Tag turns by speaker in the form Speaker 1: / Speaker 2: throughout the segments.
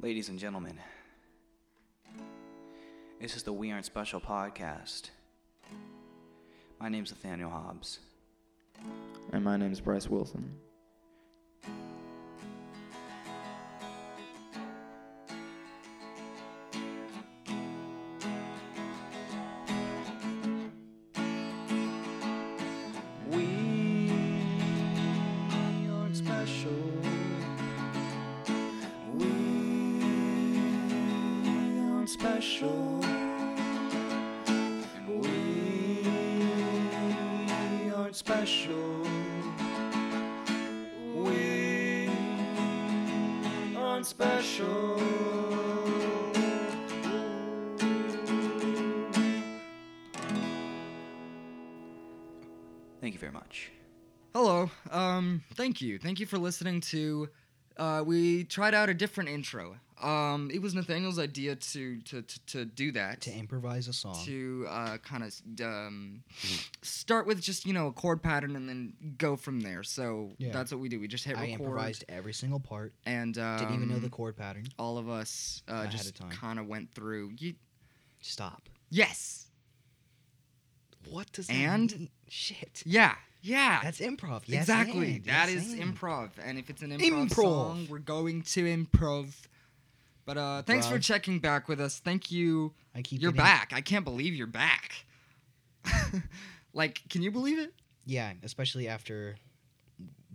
Speaker 1: Ladies and gentlemen, this is the We Aren't Special podcast. My name's Nathaniel Hobbs.
Speaker 2: And my name's Bryce Wilson.
Speaker 1: We aren't special. We aren't special. And we aren't special. We aren't special. Thank you very much.
Speaker 3: Hello. Um, thank you. Thank you for listening to. Uh, we tried out a different intro. Um, it was Nathaniel's idea to to, to, to do that
Speaker 4: to improvise a song.
Speaker 3: to uh, kind of um,
Speaker 4: Mm-hmm.
Speaker 3: start with just you know a chord pattern and then go from there. So
Speaker 4: Yeah.
Speaker 3: that's what we do. We just hit
Speaker 4: I
Speaker 3: record
Speaker 4: improvised every single part.
Speaker 3: and um,
Speaker 4: Didn't even know the chord pattern.
Speaker 3: all of us uh,
Speaker 4: Ahead of
Speaker 3: just
Speaker 4: time.
Speaker 3: kind of went through. You,
Speaker 4: Stop.
Speaker 3: yes.
Speaker 4: What does
Speaker 3: that And?
Speaker 4: mean? shit?
Speaker 3: Yeah. Yeah.
Speaker 4: That's improv. Yes,
Speaker 3: exactly.
Speaker 4: and.
Speaker 3: That
Speaker 4: Yes,
Speaker 3: is
Speaker 4: and.
Speaker 3: improv. And if it's an improv,
Speaker 4: Improv.
Speaker 3: song, we're going to improv. But uh, thanks for
Speaker 4: Improv.
Speaker 3: checking back with us. Thank you.
Speaker 4: I keep
Speaker 3: you're
Speaker 4: getting-
Speaker 3: back. I can't believe you're back. like, can you believe it?
Speaker 4: Yeah, especially after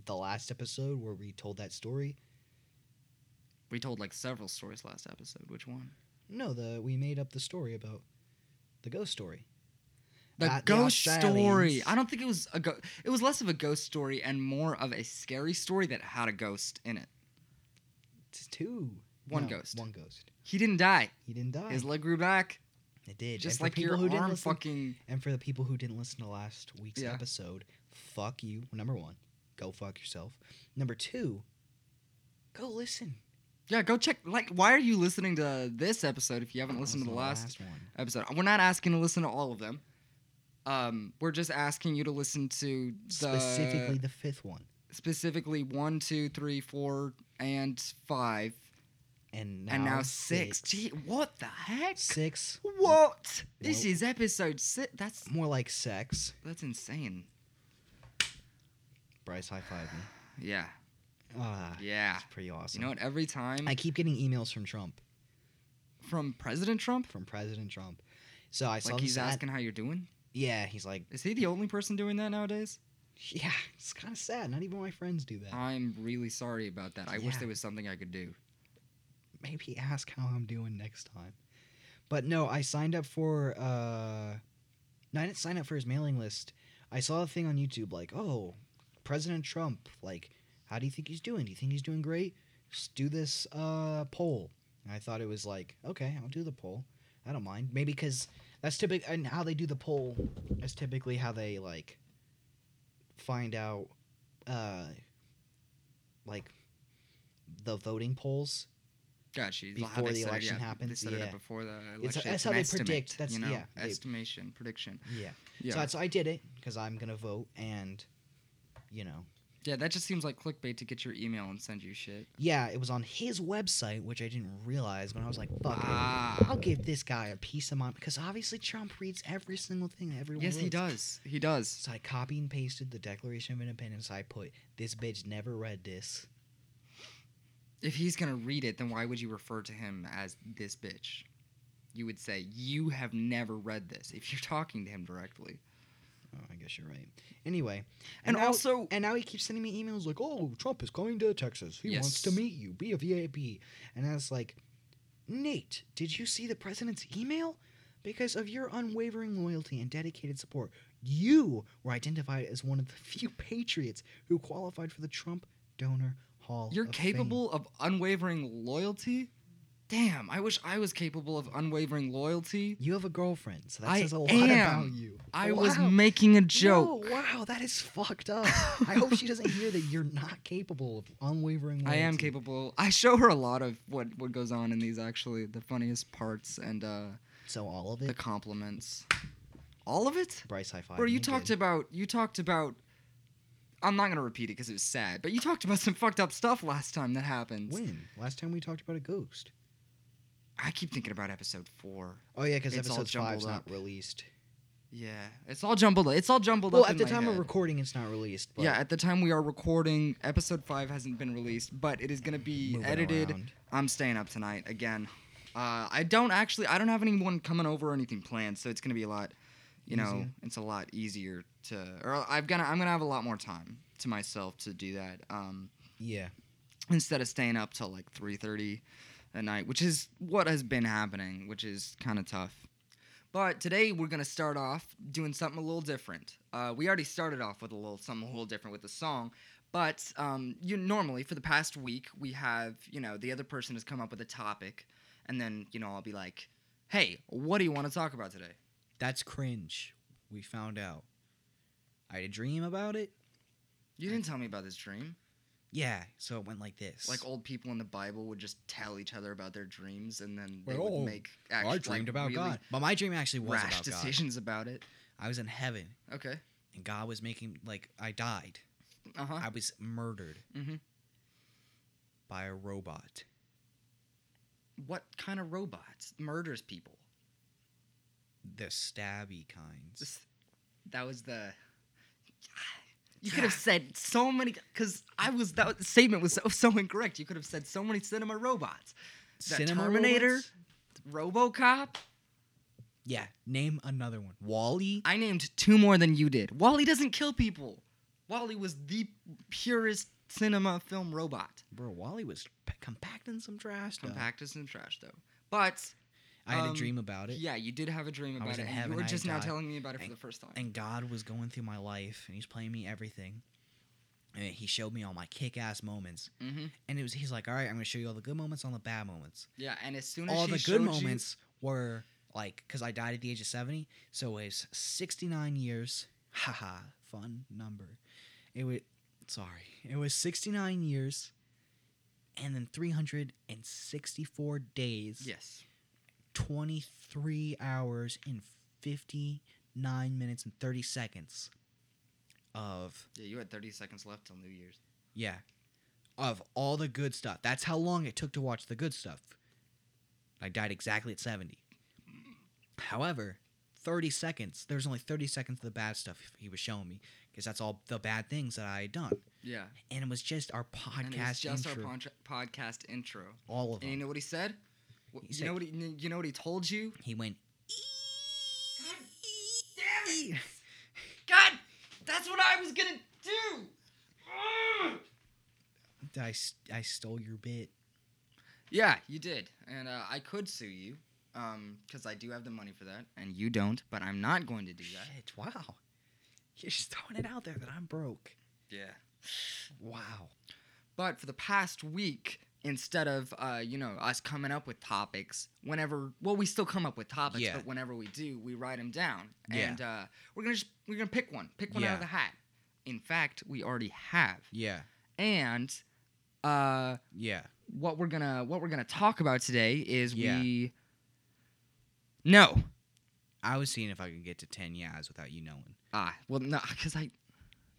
Speaker 4: the last episode where we told that story.
Speaker 3: We told like several stories last episode. Which one?
Speaker 4: No, the we made up the story about the ghost story.
Speaker 3: The
Speaker 4: Uh, the
Speaker 3: ghost story.
Speaker 4: Australians.
Speaker 3: I don't think it was a go- It was less of a ghost story and more of a scary story that had a ghost in it.
Speaker 4: It's two.
Speaker 3: One
Speaker 4: No,
Speaker 3: ghost.
Speaker 4: One ghost.
Speaker 3: He didn't die.
Speaker 4: He didn't die.
Speaker 3: His leg grew back,
Speaker 4: it did.
Speaker 3: just
Speaker 4: And for
Speaker 3: like
Speaker 4: people
Speaker 3: your
Speaker 4: who didn't
Speaker 3: arm.
Speaker 4: listen-
Speaker 3: Fucking
Speaker 4: And for the people who didn't listen to last week's
Speaker 3: Yeah.
Speaker 4: episode, fuck you. Number one, go fuck yourself. Number two, go listen.
Speaker 3: yeah. Go check. Like, why are you listening to this episode if you haven't listened to the last
Speaker 4: one.
Speaker 3: episode. We're not asking to listen to all of them. Um, we're just asking you to listen to the,
Speaker 4: Specifically, the fifth one.
Speaker 3: specifically one, two, three, four, and five,
Speaker 4: And now,
Speaker 3: and now six. Gee, what the heck?
Speaker 4: Six.
Speaker 3: What? This
Speaker 4: Nope.
Speaker 3: is episode six. That's
Speaker 4: More like sex.
Speaker 3: that's insane.
Speaker 4: Bryce high five me.
Speaker 3: Yeah,
Speaker 4: Ah,
Speaker 3: yeah.
Speaker 4: That's pretty awesome.
Speaker 3: You know what? Every time
Speaker 4: I keep getting emails from Trump,
Speaker 3: from President Trump,
Speaker 4: from President Trump. So I saw
Speaker 3: like
Speaker 4: this
Speaker 3: he's
Speaker 4: ad-
Speaker 3: asking how you're doing.
Speaker 4: Yeah, he's like,
Speaker 3: Is he the only person doing that nowadays?
Speaker 4: yeah, it's kind of sad. Not even my friends do that.
Speaker 3: I'm really sorry about that. I wish
Speaker 4: Yeah.
Speaker 3: there was something I could do.
Speaker 4: maybe ask how I'm doing next time. But no, I signed up for uh no, I didn't sign up for his mailing list. I saw a thing on YouTube like, oh, President Trump, like, how do you think he's doing? Do you think he's doing great? Just do this uh poll. And I thought it was like, okay, I'll do the poll. I don't mind. Maybe because that's typical and how they do the poll is typically how they like find out uh like the voting polls
Speaker 3: Gotcha. How
Speaker 4: Before
Speaker 3: they
Speaker 4: the
Speaker 3: set it,
Speaker 4: election
Speaker 3: yeah,
Speaker 4: happens,
Speaker 3: They set it up
Speaker 4: yeah.
Speaker 3: before the election.
Speaker 4: It's- that's
Speaker 3: It's
Speaker 4: how
Speaker 3: an
Speaker 4: they
Speaker 3: estimate,
Speaker 4: predict. That's-
Speaker 3: you know,
Speaker 4: yeah, they-
Speaker 3: estimation, prediction.
Speaker 4: yeah
Speaker 3: Yeah,
Speaker 4: So that's I did it because I'm gonna vote, and you know,
Speaker 3: yeah. That just seems like clickbait to get your email and send you shit.
Speaker 4: yeah, it was on his website, which I didn't realize when I was like, "Fuck, it,
Speaker 3: Ah,
Speaker 4: I'll give this guy a piece of mind," because obviously Trump reads every single thing everyone.
Speaker 3: yes, he
Speaker 4: wrote.
Speaker 3: does. He does.
Speaker 4: So I copy and pasted the Declaration of Independence. I put, "This bitch never read this."
Speaker 3: If he's gonna read it, then why would you refer to him as this bitch? You would say you have never read this if you're talking to him directly.
Speaker 4: Oh, I guess you're right. Anyway,
Speaker 3: And
Speaker 4: now-
Speaker 3: also-
Speaker 4: and now he keeps sending me emails like, "Oh, Trump is coming to Texas. He wants to
Speaker 3: Yes.
Speaker 4: meet you. Be a VIP." And I was like, "Nate, did you see the president's email? Because of your unwavering loyalty and dedicated support, you were identified as one of the few patriots who qualified for the Trump Donor Hall.
Speaker 3: You're
Speaker 4: of Fame."
Speaker 3: capable of unwavering loyalty. Damn, I wish I was capable of unwavering loyalty.
Speaker 4: You have a girlfriend, so that
Speaker 3: I
Speaker 4: says a lot
Speaker 3: am.
Speaker 4: about you.
Speaker 3: I was
Speaker 4: Wow.
Speaker 3: making a joke.
Speaker 4: No, wow, that is fucked up. I hope she doesn't hear that you're not capable of unwavering
Speaker 3: I
Speaker 4: loyalty.
Speaker 3: am capable. I show her a lot of what what goes on in these actually the funniest parts and uh
Speaker 4: So all of
Speaker 3: the
Speaker 4: it,
Speaker 3: compliments. All of it?
Speaker 4: Bryce high five.
Speaker 3: Bro, you talked about you talked about I'm not gonna repeat it because it was sad. But you talked about some fucked up stuff last time that happened.
Speaker 4: When? Last time we talked about a ghost.
Speaker 3: I keep thinking about episode four.
Speaker 4: Oh yeah, because
Speaker 3: It's all
Speaker 4: episode five's
Speaker 3: jumbled
Speaker 4: not
Speaker 3: up.
Speaker 4: released.
Speaker 3: Yeah, it's all jumbled. up. It's all jumbled
Speaker 4: Well,
Speaker 3: up.
Speaker 4: at
Speaker 3: in
Speaker 4: the
Speaker 3: my
Speaker 4: time of
Speaker 3: head.
Speaker 4: recording, it's not released. But
Speaker 3: yeah, at the time we are recording, episode five hasn't been released, but it is gonna be
Speaker 4: moving
Speaker 3: edited.
Speaker 4: around.
Speaker 3: I'm staying up tonight again. Uh, I don't actually. I don't have anyone coming over or anything planned, so it's gonna be a lot. You know,
Speaker 4: Easier.
Speaker 3: it's a lot easier to. Or I've gonna. I'm gonna have a lot more time to myself to do that. Um,
Speaker 4: Yeah.
Speaker 3: instead of staying up till like 3.30 at night which is what has been happening which is kind of tough but today we're going to start off doing something a little different uh, we already started off with a little something a little different with a song but um, you normally for the past week we have you know the other person has come up with a topic and then you know i'll be like hey what do you want to talk about today
Speaker 4: That's cringe. We found out. I had a dream about it.
Speaker 3: you didn't tell me about this dream
Speaker 4: Yeah. So it went like this.
Speaker 3: like old people in the bible would just tell each other about their dreams and then
Speaker 4: Well,
Speaker 3: they would
Speaker 4: oh,
Speaker 3: make act- like, really
Speaker 4: But my dream actually was
Speaker 3: rash
Speaker 4: about
Speaker 3: decisions about it.
Speaker 4: God. I was in heaven
Speaker 3: Okay.
Speaker 4: and God was making like I died.
Speaker 3: Uh huh.
Speaker 4: I was murdered
Speaker 3: Mhm.
Speaker 4: by a robot.
Speaker 3: What kind of robots murders people?
Speaker 4: The stabby kinds.
Speaker 3: This, that was the. You could have said so many because I was that was- statement was so, so incorrect. You could have said so many cinema robots, The Terminator?
Speaker 4: robots?
Speaker 3: RoboCop.
Speaker 4: Yeah. Name another one. Wally.
Speaker 3: I named two more than you did. Wally doesn't kill people. Wally was the purest cinema film robot.
Speaker 4: Bro, Wally was p- compacting some trash. though.
Speaker 3: Compact is in trash though. But
Speaker 4: I had
Speaker 3: um,
Speaker 4: a dream about it.
Speaker 3: yeah, you did have a dream
Speaker 4: I
Speaker 3: about
Speaker 4: was
Speaker 3: it.
Speaker 4: in
Speaker 3: and
Speaker 4: heaven,
Speaker 3: you were
Speaker 4: I
Speaker 3: just now
Speaker 4: died.
Speaker 3: telling me about it for the first time.
Speaker 4: and God was going through my life and he's playing me everything. And he showed me all my kick ass moments.
Speaker 3: hmm
Speaker 4: And it was he's like, All right, I'm gonna show you all the good moments, all the bad moments.
Speaker 3: Yeah, and as soon as
Speaker 4: All
Speaker 3: she
Speaker 4: the
Speaker 3: showed
Speaker 4: good
Speaker 3: you-
Speaker 4: moments were like because I died at the age of seventy, so it was sixty nine years. Haha, fun number. It was sorry. It was sixty nine years and then three hundred and sixty four days.
Speaker 3: yes,
Speaker 4: 23 hours and 59 minutes and 30 seconds of
Speaker 3: yeah, you had thirty seconds left till New Year's.
Speaker 4: yeah of all the good stuff that's how long it took to watch the good stuff i died exactly at 70 however 30 seconds there was only 30 seconds of the bad stuff he was showing me because that's all the bad things that i had done
Speaker 3: Yeah,
Speaker 4: and it was just our
Speaker 3: and it was
Speaker 4: podcast
Speaker 3: just
Speaker 4: intro,
Speaker 3: our pontra- podcast intro.
Speaker 4: all of
Speaker 3: And you
Speaker 4: them
Speaker 3: know what he said? Wh-
Speaker 4: He
Speaker 3: you
Speaker 4: said-
Speaker 3: know what he, you know what he told you?
Speaker 4: he went
Speaker 3: Damn it! God, that's what I was gonna do.
Speaker 4: I, s- I stole your bit
Speaker 3: Yeah, you did, and uh, I could sue you, um, because I do have the money for that, and you don't. But I'm not going to do that.
Speaker 4: Shit, wow. You're just throwing it out there that I'm broke.
Speaker 3: Yeah.
Speaker 4: Wow.
Speaker 3: But for the past week, instead of uh, you know us coming up with topics, whenever well we still come up with topics,
Speaker 4: Yeah.
Speaker 3: but whenever we do, we write them down,
Speaker 4: Yeah.
Speaker 3: and uh, we're gonna just, we're gonna pick one, pick one out
Speaker 4: Yeah.
Speaker 3: of the hat. In fact, we already have,
Speaker 4: Yeah.
Speaker 3: and uh,
Speaker 4: Yeah.
Speaker 3: what we're gonna what we're gonna talk about today is
Speaker 4: Yeah.
Speaker 3: we no
Speaker 4: I was seeing if I could get to 10 yas without you knowing.
Speaker 3: ah well no because I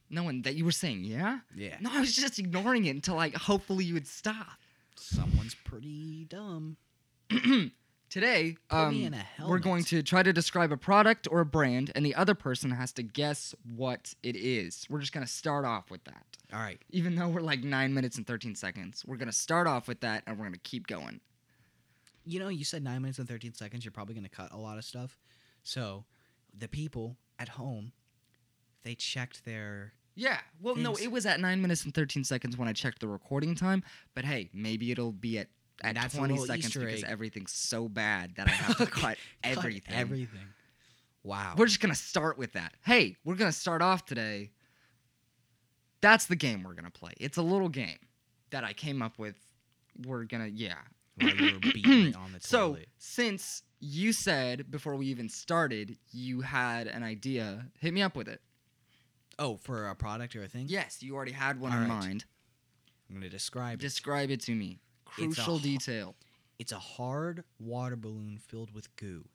Speaker 3: no one that you were saying yeah
Speaker 4: Yeah.
Speaker 3: no I was just ignoring it until like hopefully you would stop.
Speaker 4: Someone's pretty dumb.
Speaker 3: Today,
Speaker 4: Put me
Speaker 3: um,
Speaker 4: in a
Speaker 3: we're
Speaker 4: helmet.
Speaker 3: going to try to describe a product or a brand, and the other person has to guess what it is. We're just going to start off with that.
Speaker 4: All right.
Speaker 3: Even though we're like nine minutes and 13 seconds, we're going to start off with that and we're going to keep going.
Speaker 4: You know, you said 9 minutes and 13 seconds. You're probably going to cut a lot of stuff. So, the people at home, they checked their.
Speaker 3: Yeah. Well, no,
Speaker 4: Thanks.
Speaker 3: it was at nine minutes and 13 seconds when I checked the recording time, but hey, maybe it'll be at, at
Speaker 4: That's a
Speaker 3: 20
Speaker 4: little
Speaker 3: seconds
Speaker 4: Easter
Speaker 3: because
Speaker 4: egg.
Speaker 3: everything's so bad that I have to cut
Speaker 4: cut
Speaker 3: everything.
Speaker 4: everything. Wow.
Speaker 3: We're just gonna start with that. Hey, we're gonna start off today. That's the game we're gonna play. It's a little game that I came up with. We're gonna yeah.
Speaker 4: While you were beating it on the toilet.
Speaker 3: So since you said before we even started you had an idea, hit me up with it.
Speaker 4: oh, for a product or a thing?
Speaker 3: Yes, you already had one
Speaker 4: Mm-hmm. All
Speaker 3: in
Speaker 4: right.
Speaker 3: mind.
Speaker 4: I'm going to describe it.
Speaker 3: Describe it to me.
Speaker 4: a
Speaker 3: Crucial
Speaker 4: ho-
Speaker 3: detail.
Speaker 4: It's a hard water balloon filled with goo,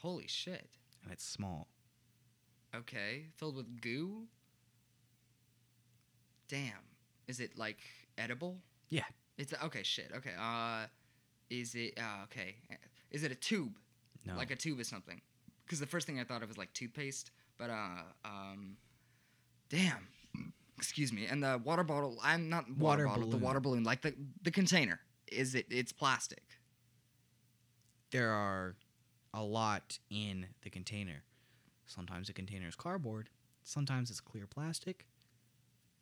Speaker 3: Holy shit.
Speaker 4: and it's small.
Speaker 3: Okay, filled with goo. Damn. Is it like edible?
Speaker 4: Yeah.
Speaker 3: It's okay. Shit. Okay. Uh, is it uh, okay? Is it a tube?
Speaker 4: No.
Speaker 3: Like a tube is something. Because the first thing I thought of was like toothpaste, but uh, um, damn. Excuse me. And the water bottle. I'm not
Speaker 4: Water
Speaker 3: water, bottle.
Speaker 4: balloon.
Speaker 3: The water balloon. Like the the container. Is it? It's plastic.
Speaker 4: there are a lot in the container. Sometimes the container is cardboard, sometimes it's clear plastic,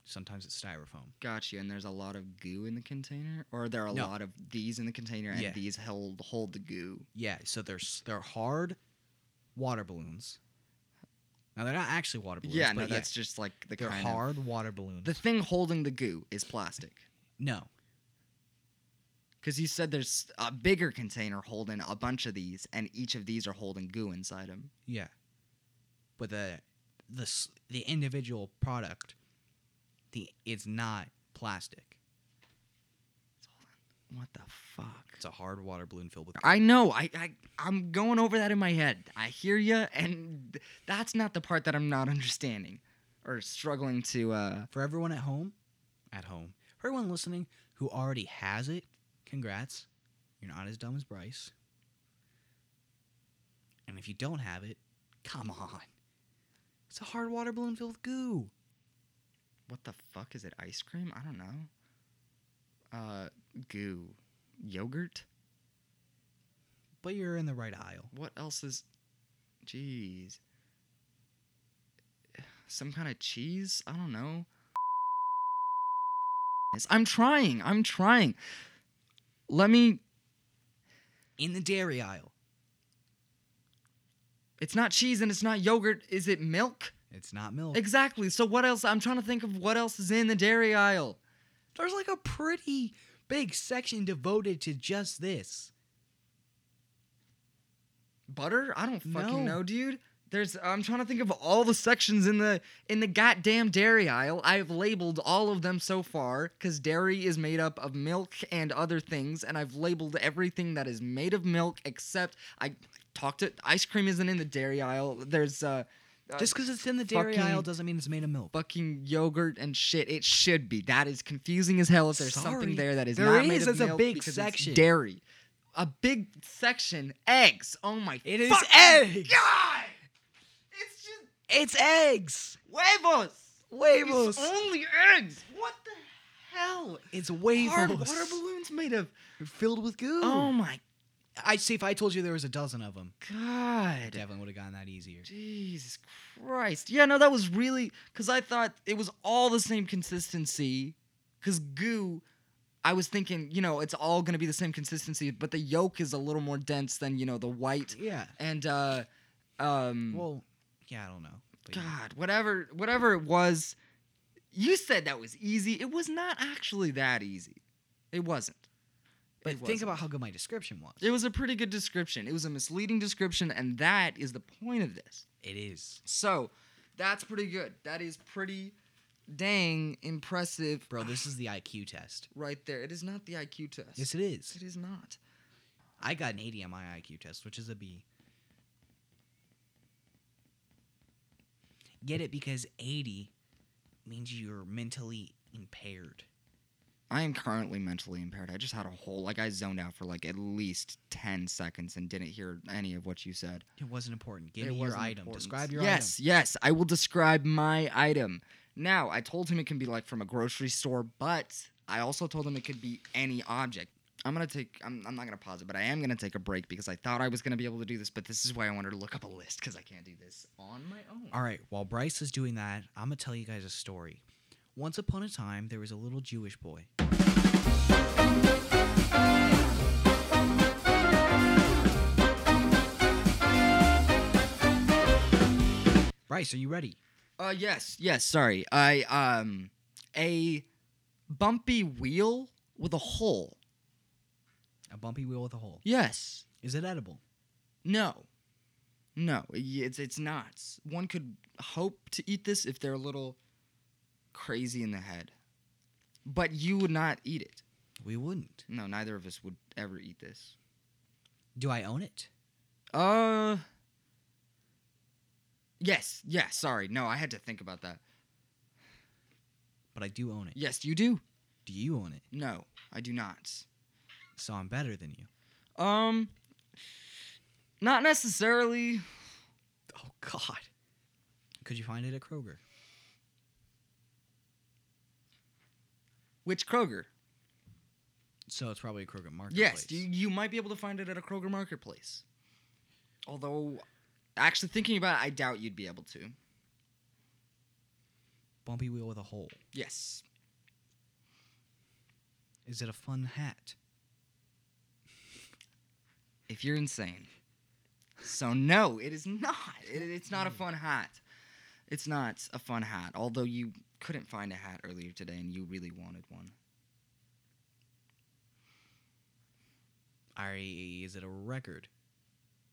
Speaker 4: sometimes it's styrofoam.
Speaker 3: Gotcha. And there's a lot of goo in the container, or there are a
Speaker 4: No.
Speaker 3: lot of these in the container, and
Speaker 4: Yeah.
Speaker 3: these hold hold the goo.
Speaker 4: Yeah, so there's they're hard water balloons. Now they're not actually water balloons.
Speaker 3: yeah.
Speaker 4: but
Speaker 3: No, that's just like the
Speaker 4: they're
Speaker 3: kind of-
Speaker 4: hard water balloons.
Speaker 3: The thing holding the goo is plastic.
Speaker 4: no,
Speaker 3: Because you said there's a bigger container holding a bunch of these, and each of these are holding goo inside them.
Speaker 4: yeah, but the the s- the individual product, the it's not plastic.
Speaker 3: What the fuck?
Speaker 4: It's a hard water balloon filled with.
Speaker 3: I know. I, I I'm going over that in my head. I hear you, and th- that's not the part that I'm not understanding or struggling to. uh
Speaker 4: for everyone at home, at home, for everyone listening who already has it, congrats. You're not as dumb as Bryce. And if you don't have it, come on. It's a hard water balloon filled with goo.
Speaker 3: What the fuck is it? Ice cream? I don't know. Uh, goo, yogurt.
Speaker 4: But you're in the right aisle.
Speaker 3: What else is? Jeez. Some kind of cheese? I don't know. Yes, I'm trying. I'm trying. Let me.
Speaker 4: In the dairy aisle.
Speaker 3: It's not cheese and it's not yogurt. Is it milk?
Speaker 4: It's not milk.
Speaker 3: Exactly. So what else? I'm trying to think of what else is in the dairy aisle.
Speaker 4: There's like a pretty big section devoted to just this.
Speaker 3: Butter? I don't fucking
Speaker 4: No.
Speaker 3: know, dude. There's I'm trying to think of all the sections in the in the goddamn dairy aisle. I've labeled all of them so far cuz dairy is made up of milk and other things and I've labeled everything that is made of milk except I talked to ice cream isn't in the dairy aisle. There's uh, uh
Speaker 4: Just because it's in the dairy
Speaker 3: fucking-
Speaker 4: aisle doesn't mean it's made of milk.
Speaker 3: fucking yogurt and shit. It should be. That is confusing as hell. If there's
Speaker 4: Sorry.
Speaker 3: something there that is
Speaker 4: There
Speaker 3: not made
Speaker 4: is.
Speaker 3: of
Speaker 4: It's a
Speaker 3: milk
Speaker 4: big
Speaker 3: because it's
Speaker 4: section.
Speaker 3: dairy, a big section eggs. Oh my!
Speaker 4: It is
Speaker 3: fucking
Speaker 4: eggs.
Speaker 3: God, it's just
Speaker 4: It's eggs.
Speaker 3: huevos.
Speaker 4: Huevos.
Speaker 3: It's only eggs. What the hell?
Speaker 4: It's huevos.
Speaker 3: Hard water balloons made of.
Speaker 4: filled with goo.
Speaker 3: Oh my
Speaker 4: I see. If I told you there was a dozen of them,
Speaker 3: god.
Speaker 4: definitely would have gotten that easier.
Speaker 3: Jesus Christ. Yeah, no, that was really because I thought it was all the same consistency. Because goo, I was thinking, you know, it's all going to be the same consistency, but the yolk is a little more dense than, you know, the white.
Speaker 4: Yeah.
Speaker 3: And, uh, um,
Speaker 4: Well, yeah, I don't know. But yeah.
Speaker 3: God, whatever, whatever it was, you said that was easy. It was not actually that easy. It wasn't.
Speaker 4: But
Speaker 3: It
Speaker 4: think
Speaker 3: wasn't.
Speaker 4: about how good my description was.
Speaker 3: It was a pretty good description. It was a misleading description, and that is the point of this.
Speaker 4: It is,
Speaker 3: So that's pretty good. That is pretty dang impressive.
Speaker 4: bro. This is the IQ test.
Speaker 3: right there. It is not the IQ test.
Speaker 4: Yes, it is.
Speaker 3: It is not.
Speaker 4: I got an 80 on my IQ test, which is a B. Get it because 80 means you're mentally impaired.
Speaker 3: I am currently mentally impaired. I just had a whole like I zoned out for like at least 10 seconds and didn't hear any of what you said.
Speaker 4: It wasn't important. Give
Speaker 3: It
Speaker 4: me your
Speaker 3: wasn't
Speaker 4: item.
Speaker 3: important.
Speaker 4: Describe your item.
Speaker 3: yes, Yes, I will describe my item. Now, I told him it can be like from a grocery store, but I also told him it could be any object. I'm gonna take. I'm, I'm not gonna pause it, but I am gonna take a break because I thought I was gonna be able to do this, but this is why I wanted to look up a list because I can't do this on my own.
Speaker 4: All right, while Bryce is doing that, I'm going to tell you guys a story. Once upon a time, there was a little Jewish boy. Bryce, are you ready?
Speaker 3: Uh, yes, yes. Sorry, I um, a bumpy wheel with a hole.
Speaker 4: A bumpy wheel with a hole.
Speaker 3: Yes.
Speaker 4: Is it edible?
Speaker 3: No. No, y- it's it's not. One could hope to eat this if they're a little crazy in the head. But you would not eat it.
Speaker 4: We wouldn't.
Speaker 3: No, neither of us would ever eat this.
Speaker 4: Do I own it?
Speaker 3: Uh Yes, yes, sorry. No, I had to think about that.
Speaker 4: But I do own it.
Speaker 3: Yes, you do?
Speaker 4: Do you own it?
Speaker 3: No, I do not.
Speaker 4: So I'm better than you.
Speaker 3: Um not necessarily.
Speaker 4: Oh God. Could you find it at Kroger?
Speaker 3: Which Kroger?
Speaker 4: So it's probably a Kroger marketplace.
Speaker 3: Yes, you, you might be able to find it at a Kroger marketplace. Although actually thinking about it, I doubt you'd be able to.
Speaker 4: Bumpy wheel with a hole.
Speaker 3: Yes.
Speaker 4: Is it a fun hat?
Speaker 3: If you're insane. So no, it is not. It, it's not a
Speaker 4: Hmm.
Speaker 3: fun hat. It's not a fun hat. Although you couldn't find a hat earlier today and you really wanted one.
Speaker 4: I is it a record?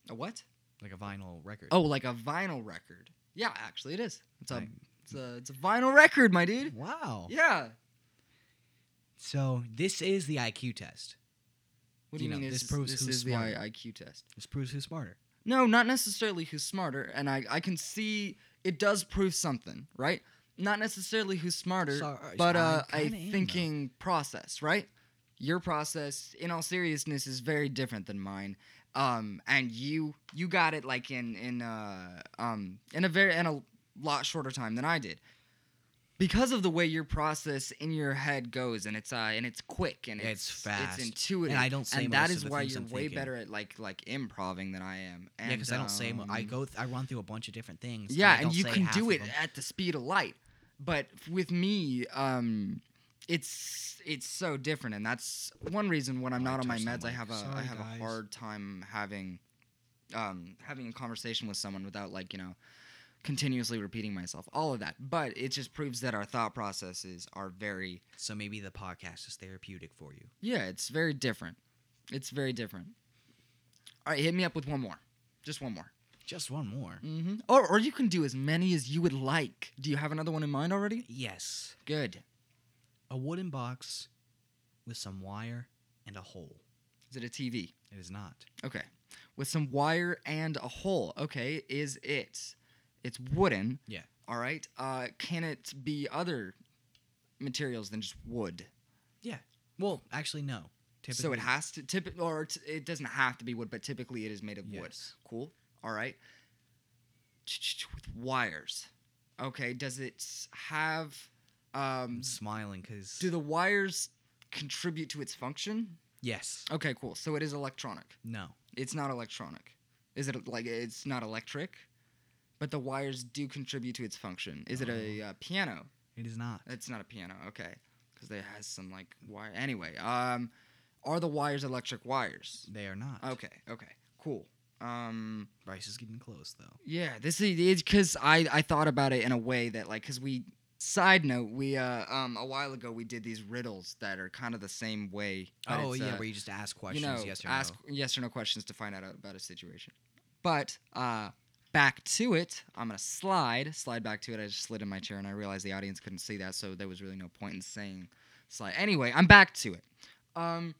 Speaker 3: A what?
Speaker 4: Like a vinyl record?
Speaker 3: Oh, like a vinyl record. Yeah, actually, it is. It's a
Speaker 4: Like-
Speaker 3: it's a it's a vinyl record, my dude.
Speaker 4: wow.
Speaker 3: Yeah.
Speaker 4: So this is the IQ test.
Speaker 3: What do you,
Speaker 4: You know,
Speaker 3: mean?
Speaker 4: this proves
Speaker 3: this
Speaker 4: who's
Speaker 3: is the
Speaker 4: smarter.
Speaker 3: I- IQ test.
Speaker 4: This proves who's smarter.
Speaker 3: No, not necessarily who's smarter. And I I can see it does prove something, right? Not necessarily who's smarter,
Speaker 4: Sorry,
Speaker 3: but
Speaker 4: I
Speaker 3: uh, a
Speaker 4: kinda am, though.
Speaker 3: thinking process, right? Your process, in all seriousness, is very different than mine. Um, and you you got it like in in uh, um in a very in a lot shorter time than I did. because of the way your process in your head goes and it's uh and it's quick and
Speaker 4: Yeah,
Speaker 3: it's,
Speaker 4: it's fast.
Speaker 3: it's intuitive
Speaker 4: And I don't say
Speaker 3: and that
Speaker 4: most of
Speaker 3: is
Speaker 4: the
Speaker 3: why
Speaker 4: things
Speaker 3: you're
Speaker 4: I'm
Speaker 3: way
Speaker 4: thinking.
Speaker 3: better at like like improving than i am and,
Speaker 4: Yeah, because I don't say. mo- I
Speaker 3: um,
Speaker 4: go. Th- I run through a bunch of different things. and I
Speaker 3: yeah and
Speaker 4: don't
Speaker 3: you
Speaker 4: say
Speaker 3: can
Speaker 4: half
Speaker 3: do
Speaker 4: of
Speaker 3: it
Speaker 4: them.
Speaker 3: at the speed of light but with me um it's it's so different and that's one reason when i'm
Speaker 4: Oh, I
Speaker 3: not on my
Speaker 4: touched the
Speaker 3: meds i
Speaker 4: mic.
Speaker 3: have a I
Speaker 4: Sorry,
Speaker 3: have
Speaker 4: guys.
Speaker 3: a hard time having um having a conversation with someone without like you know continuously repeating myself all of that but it just proves that our thought processes are very
Speaker 4: So maybe the podcast is therapeutic for you.
Speaker 3: yeah it's very different it's very different all right hit me up with one more just one more
Speaker 4: Just one more.
Speaker 3: mm-hmm. or, or you can do as many as you would like do you have another one in mind already
Speaker 4: Yes,
Speaker 3: Good.
Speaker 4: a wooden box with some wire and a hole.
Speaker 3: Is it a TV?
Speaker 4: It is not.
Speaker 3: Okay. With some wire and a hole. Okay. Is it? It's wooden.
Speaker 4: Yeah.
Speaker 3: All right. Uh, can it be other materials than just wood?
Speaker 4: Well, actually, no.
Speaker 3: so it has to typ- or t- it doesn't have to be wood, but typically it is made of wood.
Speaker 4: Yes.
Speaker 3: Cool. All right. With wires. Okay. Does it have? Um,
Speaker 4: I'm smiling because
Speaker 3: do the wires contribute to its function?
Speaker 4: yes,
Speaker 3: Okay. Cool. So it is electronic.
Speaker 4: no,
Speaker 3: It's not electronic. Is it like it's not electric? But the wires do contribute to its function. Is it a
Speaker 4: Oh.
Speaker 3: uh, piano?
Speaker 4: it is not.
Speaker 3: It's not a piano. Okay, because it has some like wire. Anyway, um, are the wires electric wires?
Speaker 4: They are not.
Speaker 3: Okay, okay, cool. Um,
Speaker 4: Bryce is getting close though.
Speaker 3: yeah, this is because I I thought about it in a way that like because we side note we uh um a while ago we did these riddles that are kind of the same way. but
Speaker 4: oh
Speaker 3: it's,
Speaker 4: yeah,
Speaker 3: uh,
Speaker 4: where you just ask questions,
Speaker 3: you know,
Speaker 4: yes or
Speaker 3: ask
Speaker 4: no.
Speaker 3: yes or no questions to find out about a situation. But uh, back to it, I'm gonna slide, slide back to it. I just slid in my chair and I realized the audience couldn't see that, so there was really no point in saying slide. Anyway, I'm back to it. Um,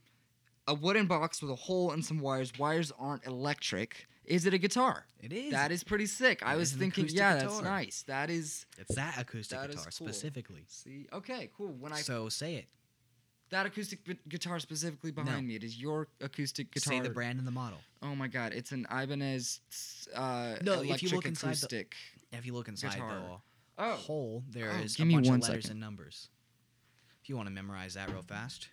Speaker 3: a wooden box with a hole and some wires. Wires aren't electric. Is it a guitar?
Speaker 4: It is.
Speaker 3: that is pretty sick. I
Speaker 4: It
Speaker 3: was
Speaker 4: is an
Speaker 3: thinking,
Speaker 4: acoustic
Speaker 3: yeah, that's
Speaker 4: guitar.
Speaker 3: nice. That is.
Speaker 4: It's that acoustic
Speaker 3: That is
Speaker 4: guitar
Speaker 3: cool.
Speaker 4: specifically.
Speaker 3: See, okay, cool. When I
Speaker 4: so say it.
Speaker 3: that acoustic gu- guitar specifically behind me, it is your acoustic guitar.
Speaker 4: Say the brand and the model.
Speaker 3: Oh my god, it's an Ibanez uh
Speaker 4: No,
Speaker 3: electric
Speaker 4: if you look inside the-
Speaker 3: acoustic.
Speaker 4: If you look inside
Speaker 3: Guitar.
Speaker 4: the
Speaker 3: oh.
Speaker 4: hole, there is
Speaker 3: Oh,
Speaker 4: a
Speaker 3: give me
Speaker 4: bunch of
Speaker 3: one
Speaker 4: letters
Speaker 3: second. Mm-hmm.
Speaker 4: and numbers. If you want to memorize that real fast,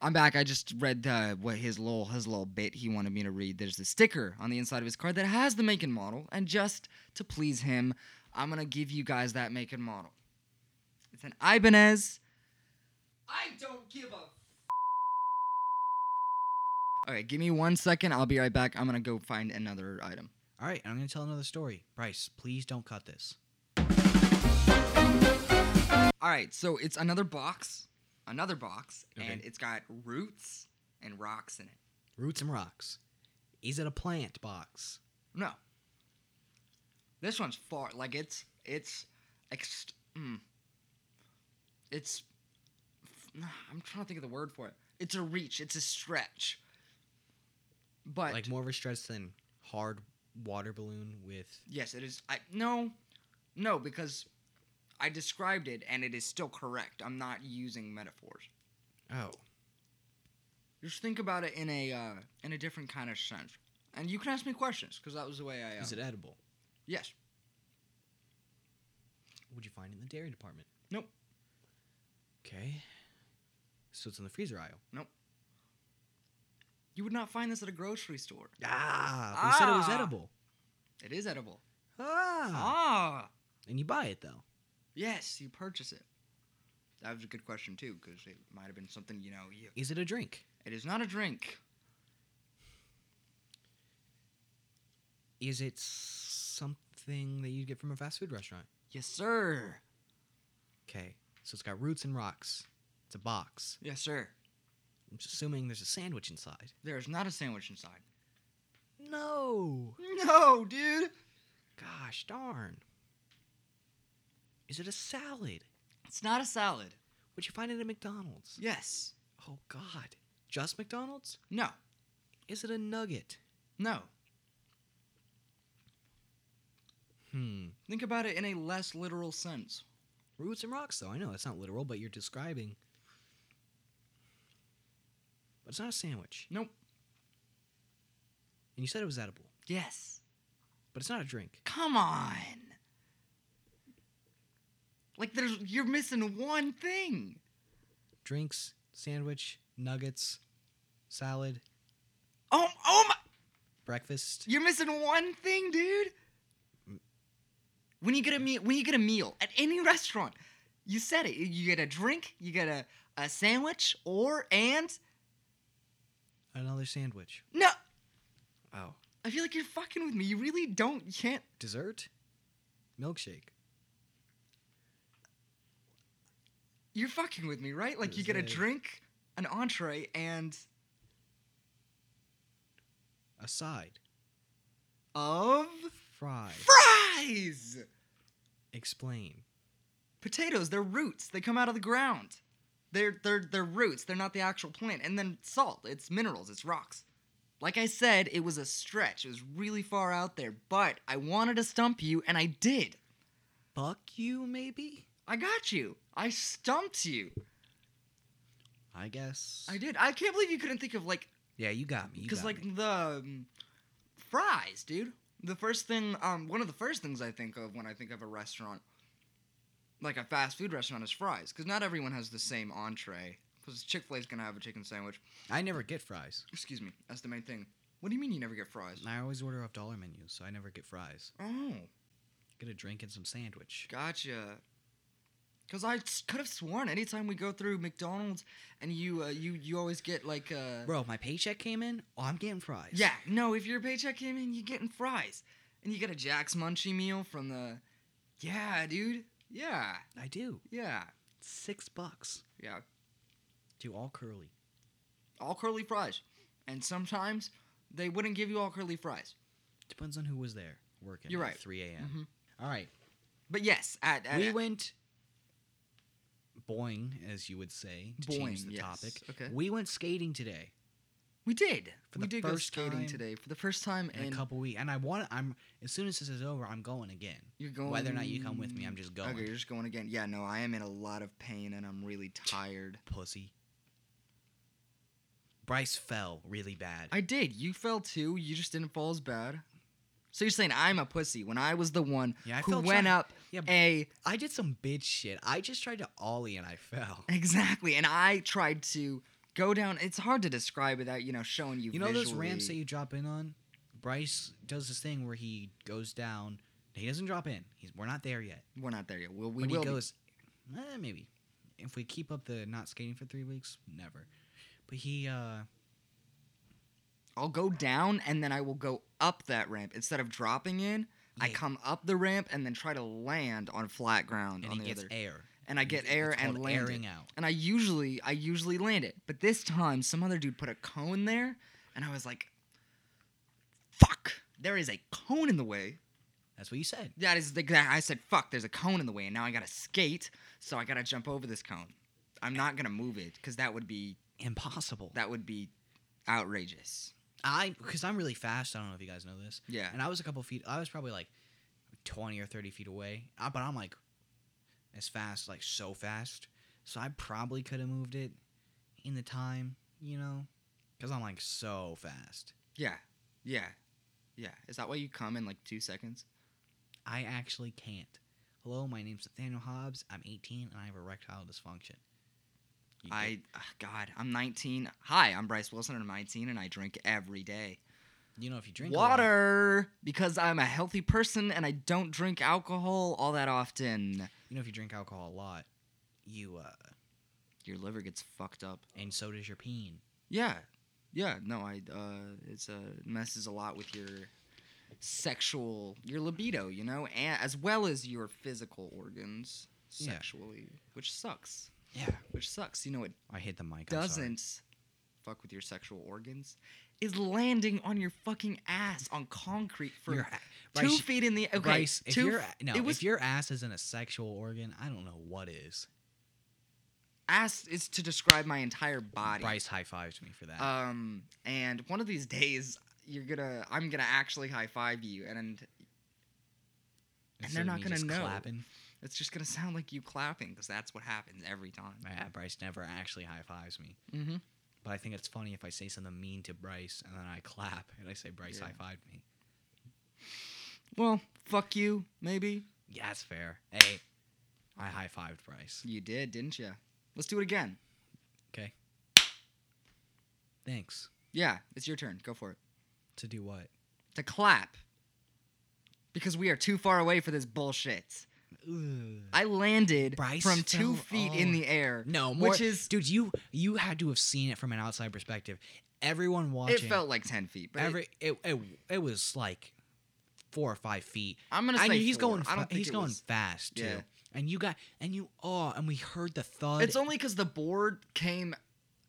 Speaker 3: I'm back. I just read uh, what his little his little bit he wanted me to read. There's a sticker on the inside of his card that has the make and model, and just to please him, I'm gonna give you guys that make and model. It's an Ibanez. I don't give a. All right, give me one second. I'll be right back. I'm gonna go find another item.
Speaker 4: all right. I'm going to tell another story. Bryce, please don't cut this.
Speaker 3: All right, so it's another box, another box, and
Speaker 4: Okay.
Speaker 3: it's got roots and rocks in it.
Speaker 4: Roots and rocks. Is it a plant box?
Speaker 3: No, this one's far. Like it's it's ex. Mm, it's. I'm trying to think of the word for it. It's a reach. It's a stretch. But
Speaker 4: Like more of a stretch than hard water balloon with
Speaker 3: Yes, it is. I no, no, because I described it and it is still correct. I'm not using metaphors.
Speaker 4: oh
Speaker 3: Just think about it in a uh, in a different kind of sense, and you can ask me questions because that was the way I. Uh,
Speaker 4: is it edible?
Speaker 3: Yes.
Speaker 4: Would you find in the dairy department?
Speaker 3: Nope.
Speaker 4: Okay. So it's in the freezer aisle.
Speaker 3: You would not find this at a grocery store.
Speaker 4: Ah, but you said it was
Speaker 3: Ah.
Speaker 4: edible.
Speaker 3: It is edible.
Speaker 4: Ah.
Speaker 3: Ah.
Speaker 4: And you buy it though.
Speaker 3: Yes, you purchase it. That was a good question too, because it might have been something you know. You,
Speaker 4: Is it a drink?
Speaker 3: it is not a drink.
Speaker 4: Is it something that you get from a fast food restaurant?
Speaker 3: Yes, sir.
Speaker 4: Okay. So it's got roots and rocks. It's a box.
Speaker 3: Yes, sir.
Speaker 4: I'm just assuming there's a sandwich inside.
Speaker 3: There is not a sandwich inside.
Speaker 4: No.
Speaker 3: No, dude.
Speaker 4: Gosh darn. Is it a salad?
Speaker 3: It's not a salad.
Speaker 4: Would you find it at McDonald's?
Speaker 3: Yes.
Speaker 4: Oh God. Just McDonald's?
Speaker 3: No.
Speaker 4: Is it a nugget?
Speaker 3: No.
Speaker 4: Hmm.
Speaker 3: Think about it in a less literal sense.
Speaker 4: Roots and rocks, though. I know it's not literal, but you're describing. But it's not a sandwich.
Speaker 3: Nope.
Speaker 4: And you said it was edible,
Speaker 3: Yes.
Speaker 4: but it's not a drink.
Speaker 3: Come on. Like there's you're missing one thing.
Speaker 4: Drinks, sandwich, nuggets, salad,
Speaker 3: Oh oh my
Speaker 4: breakfast.
Speaker 3: You're missing one thing, dude. When you get a meal, when you get a meal at any restaurant, you said it. You get a drink, you get a, a sandwich, or and
Speaker 4: Another sandwich.
Speaker 3: no.
Speaker 4: Oh.
Speaker 3: I feel like you're fucking with me. You really don't. You can't.
Speaker 4: Dessert? Milkshake.
Speaker 3: You're fucking with me, right? Like you
Speaker 4: Is
Speaker 3: get a
Speaker 4: that-
Speaker 3: drink, an entree, and
Speaker 4: A side.
Speaker 3: of
Speaker 4: Fry.
Speaker 3: fries.
Speaker 4: Explain.
Speaker 3: Potatoes. They're roots. They come out of the ground. They're they're they're roots. They're not the actual plant. And then salt. It's minerals. It's rocks. Like I said, it was a stretch. It was really far out there, but I wanted to stump you, and I did.
Speaker 4: Buck you, maybe?
Speaker 3: I got you. I stumped you.
Speaker 4: I guess.
Speaker 3: I did. I can't believe you couldn't think of like
Speaker 4: Yeah, you got me. you
Speaker 3: because
Speaker 4: got
Speaker 3: like
Speaker 4: me.
Speaker 3: the um, fries, dude. The first thing, um, one of the first things I think of when I think of a restaurant, like a fast food restaurant, is fries. Because not everyone has the same entree. Because Chick Fil A's gonna have a chicken sandwich.
Speaker 4: I never get fries.
Speaker 3: Excuse me, that's the main thing. What do you mean you never get fries?
Speaker 4: I always order off dollar menus, so I never get fries.
Speaker 3: Oh,
Speaker 4: Get a drink and some sandwich.
Speaker 3: gotcha. Because I could have sworn anytime we go through McDonald's and you, uh, you, you always get like uh,
Speaker 4: Bro, my paycheck came in. Oh, I'm getting fries.
Speaker 3: Yeah, no, if your paycheck came in, you're getting fries. And you get a Jack's Munchie meal from the. Yeah, dude. Yeah,
Speaker 4: I do.
Speaker 3: yeah,
Speaker 4: Six bucks.
Speaker 3: yeah.
Speaker 4: Do all curly.
Speaker 3: All curly fries. And sometimes they wouldn't give you all curly fries.
Speaker 4: Depends on who was there working.
Speaker 3: You're
Speaker 4: at
Speaker 3: right.
Speaker 4: 3 a.m.
Speaker 3: Mhm.
Speaker 4: All right.
Speaker 3: But yes, at. at
Speaker 4: we went boing, as you would say, to change
Speaker 3: Boing,
Speaker 4: the
Speaker 3: yes.
Speaker 4: topic.
Speaker 3: Okay.
Speaker 4: We went skating today
Speaker 3: we did.
Speaker 4: For
Speaker 3: we
Speaker 4: the
Speaker 3: did go
Speaker 4: first
Speaker 3: skating
Speaker 4: time
Speaker 3: today for the first time
Speaker 4: in
Speaker 3: and
Speaker 4: a couple weeks, and I want. I'm as soon as this is over, I'm going again.
Speaker 3: You're going.
Speaker 4: Whether or not you come with me, I'm just going.
Speaker 3: Okay, you're just going again. Yeah, no, I am in a lot of pain and I'm really tired.
Speaker 4: Pussy. Bryce fell really bad.
Speaker 3: I did. You fell too. You just didn't fall as bad. So you're saying I'm a pussy when I was the one
Speaker 4: Yeah, I
Speaker 3: who
Speaker 4: felt
Speaker 3: went
Speaker 4: try-
Speaker 3: up
Speaker 4: Yeah, b-
Speaker 3: a
Speaker 4: I did some bitch shit. I just tried to ollie and I fell.
Speaker 3: exactly, and I tried to go down. It's hard to describe without you know showing you.
Speaker 4: You know those ramps that
Speaker 3: visually.
Speaker 4: you drop in on? Bryce does this thing where he goes down. He doesn't drop in. He's we're not there yet.
Speaker 3: We're not there yet. We'll, we
Speaker 4: but
Speaker 3: will.
Speaker 4: he
Speaker 3: be.
Speaker 4: goes, eh, maybe. If we keep up the not skating for three weeks, never. But he, uh,
Speaker 3: I'll go down and then I will go up that ramp instead of dropping in. I
Speaker 4: Yeah.
Speaker 3: come up the ramp and then try to land on flat ground
Speaker 4: and
Speaker 3: on
Speaker 4: he
Speaker 3: the
Speaker 4: gets
Speaker 3: other,
Speaker 4: air.
Speaker 3: and I get
Speaker 4: It's
Speaker 3: air and
Speaker 4: called
Speaker 3: land. it.
Speaker 4: airing out.
Speaker 3: and I usually I usually land it. But this time some other dude put a cone there and I was like fuck, there is a cone in the way.
Speaker 4: That's what you said.
Speaker 3: That is the that I said fuck, there's a cone in the way and now I got to skate, so I got to jump over this cone. I'm not going to move it cuz that would be
Speaker 4: Impossible.
Speaker 3: that would be outrageous.
Speaker 4: I because I'm really fast. I don't know if you guys know this.
Speaker 3: Yeah.
Speaker 4: And I was a couple feet. I was probably like twenty or thirty feet away. I, but I'm like as fast, like so fast. So I probably could have moved it in the time, you know, because I'm like so fast.
Speaker 3: Yeah. Yeah. Yeah. Is that why you come in like two seconds?
Speaker 4: I actually can't. Hello, my name's Nathaniel Hobbs. I'm 18 and I have erectile dysfunction. You
Speaker 3: I, ah, God, I'm 19. Hi, I'm Bryce Wilson, and I'm 19, and I drink every day.
Speaker 4: you know if you drink a lot-
Speaker 3: Water, because I'm a healthy person and I don't drink alcohol all that often.
Speaker 4: you know if you drink alcohol a lot, you uh,
Speaker 3: Your liver gets fucked up.
Speaker 4: and so does your peen.
Speaker 3: Yeah, yeah. No, I. Uh, it's uh, messes a lot with your sexual, your libido, you know, and as well as your physical organs
Speaker 4: Yeah.
Speaker 3: sexually, which sucks.
Speaker 4: Yeah.
Speaker 3: Which sucks. You know, it
Speaker 4: I hit the mic. I'm sorry.
Speaker 3: doesn't fuck with your sexual organs. Is landing on your fucking ass on concrete for
Speaker 4: Your a-
Speaker 3: two
Speaker 4: Bryce,
Speaker 3: feet in the okay.
Speaker 4: Bryce, if
Speaker 3: two
Speaker 4: your
Speaker 3: f-
Speaker 4: no,
Speaker 3: it was
Speaker 4: if your ass isn't a sexual organ, I don't know what is.
Speaker 3: ass is to describe my entire body.
Speaker 4: Bryce high fives me for that.
Speaker 3: Um, and one of these days you're gonna, I'm gonna actually high five you, and and
Speaker 4: Instead
Speaker 3: they're
Speaker 4: of
Speaker 3: not
Speaker 4: me
Speaker 3: gonna
Speaker 4: just
Speaker 3: know.
Speaker 4: Clapping.
Speaker 3: It's just gonna sound like you clapping because that's what happens every time.
Speaker 4: Yeah, Bryce never actually high fives me,
Speaker 3: Mm-hmm.
Speaker 4: but I think it's funny if I say something mean to Bryce and then I clap and I say Bryce
Speaker 3: Yeah.
Speaker 4: high fived me.
Speaker 3: Well, fuck you, maybe
Speaker 4: Yeah, that's fair. Hey, I high fived Bryce.
Speaker 3: you did, didn't you? Let's do it again.
Speaker 4: Thanks.
Speaker 3: Yeah, it's your turn. Go for it.
Speaker 4: To do what?
Speaker 3: To clap. Because we are too far away for this bullshit. I landed
Speaker 4: Bryce
Speaker 3: from two
Speaker 4: fell-
Speaker 3: feet
Speaker 4: oh.
Speaker 3: in the air.
Speaker 4: no, more,
Speaker 3: which is
Speaker 4: dude, you you had to have seen it from an outside perspective. Everyone watching,
Speaker 3: it felt like ten feet. But it-
Speaker 4: every it, it, it was like four or five feet.
Speaker 3: I'm gonna say
Speaker 4: I knew he's
Speaker 3: four.
Speaker 4: going.
Speaker 3: I don't
Speaker 4: fa-
Speaker 3: think
Speaker 4: he's
Speaker 3: it
Speaker 4: going
Speaker 3: was-
Speaker 4: fast too.
Speaker 3: Yeah.
Speaker 4: And you got and you oh, and we heard the thud.
Speaker 3: It's only because the board came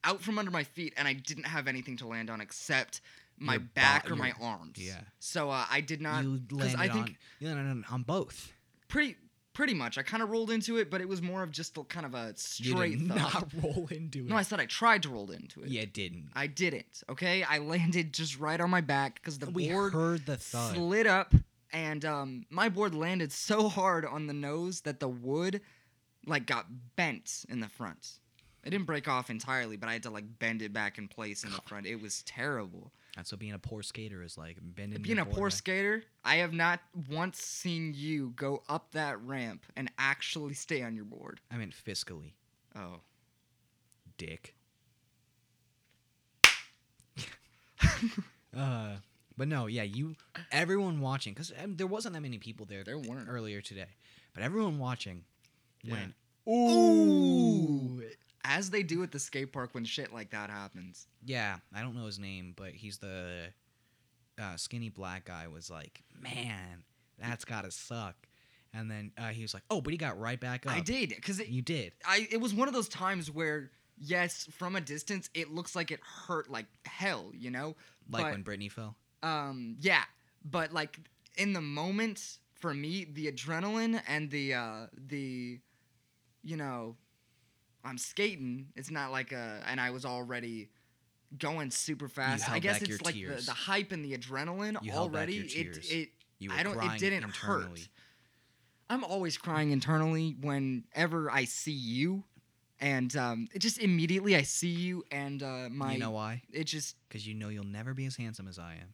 Speaker 3: out from under my feet and I didn't have anything to land on except my
Speaker 4: Your bo-
Speaker 3: back or
Speaker 4: your-
Speaker 3: my arms.
Speaker 4: yeah.
Speaker 3: So uh, I did not.
Speaker 4: you
Speaker 3: Because
Speaker 4: landed
Speaker 3: I think
Speaker 4: on, you landed on, on both.
Speaker 3: pretty pretty much I kind of rolled into it, but it was more of just a, kind of a straight.
Speaker 4: you did
Speaker 3: thud.
Speaker 4: not roll into it.
Speaker 3: No, I said I tried to roll into it.
Speaker 4: yeah, it didn't.
Speaker 3: I didn't. Okay, I landed just right on my back because the
Speaker 4: we
Speaker 3: board
Speaker 4: heard the thud.
Speaker 3: slid up, and um, my board landed so hard on the nose that the wood, like, got bent in the front. It didn't break off entirely, but I had to like bend it back in place in the front. It was terrible.
Speaker 4: That's what being a poor skater is like. Bending
Speaker 3: Being
Speaker 4: your
Speaker 3: a poor
Speaker 4: board
Speaker 3: skater, I have not once seen you go up that ramp and actually stay on your board.
Speaker 4: back. I meant fiscally,
Speaker 3: Oh.
Speaker 4: dick. uh, but no, yeah, you. Everyone watching, because um, there wasn't that many people there.
Speaker 3: There weren't.
Speaker 4: earlier today, but everyone watching
Speaker 3: Yeah.
Speaker 4: went.
Speaker 3: Ooh. As they do at the skate park when shit like that happens.
Speaker 4: Yeah, I don't know his name, but he's the uh, skinny black guy. Was like, man, that's gotta suck. And then uh, he was like, oh, but he got right back up.
Speaker 3: I did, because it,
Speaker 4: You did.
Speaker 3: I it was one of those times where yes, from a distance it looks like it hurt like hell, you know?
Speaker 4: Like
Speaker 3: But-
Speaker 4: when Brittany fell.
Speaker 3: Um yeah, but like in the moment for me the adrenaline and the uh the you know I'm skating, it's not like a and I was already going super fast. I
Speaker 4: held
Speaker 3: guess
Speaker 4: back your
Speaker 3: it's like the,
Speaker 4: tears.
Speaker 3: the hype and the adrenaline
Speaker 4: You held back
Speaker 3: already
Speaker 4: your
Speaker 3: it
Speaker 4: tears.
Speaker 3: it
Speaker 4: You were
Speaker 3: I don't.
Speaker 4: crying
Speaker 3: It didn't
Speaker 4: internally.
Speaker 3: hurt. I'm always crying internally whenever I see you, and um, it just immediately I see you and uh, my.
Speaker 4: you know why?
Speaker 3: it just
Speaker 4: Because you know you'll never be as handsome as I am.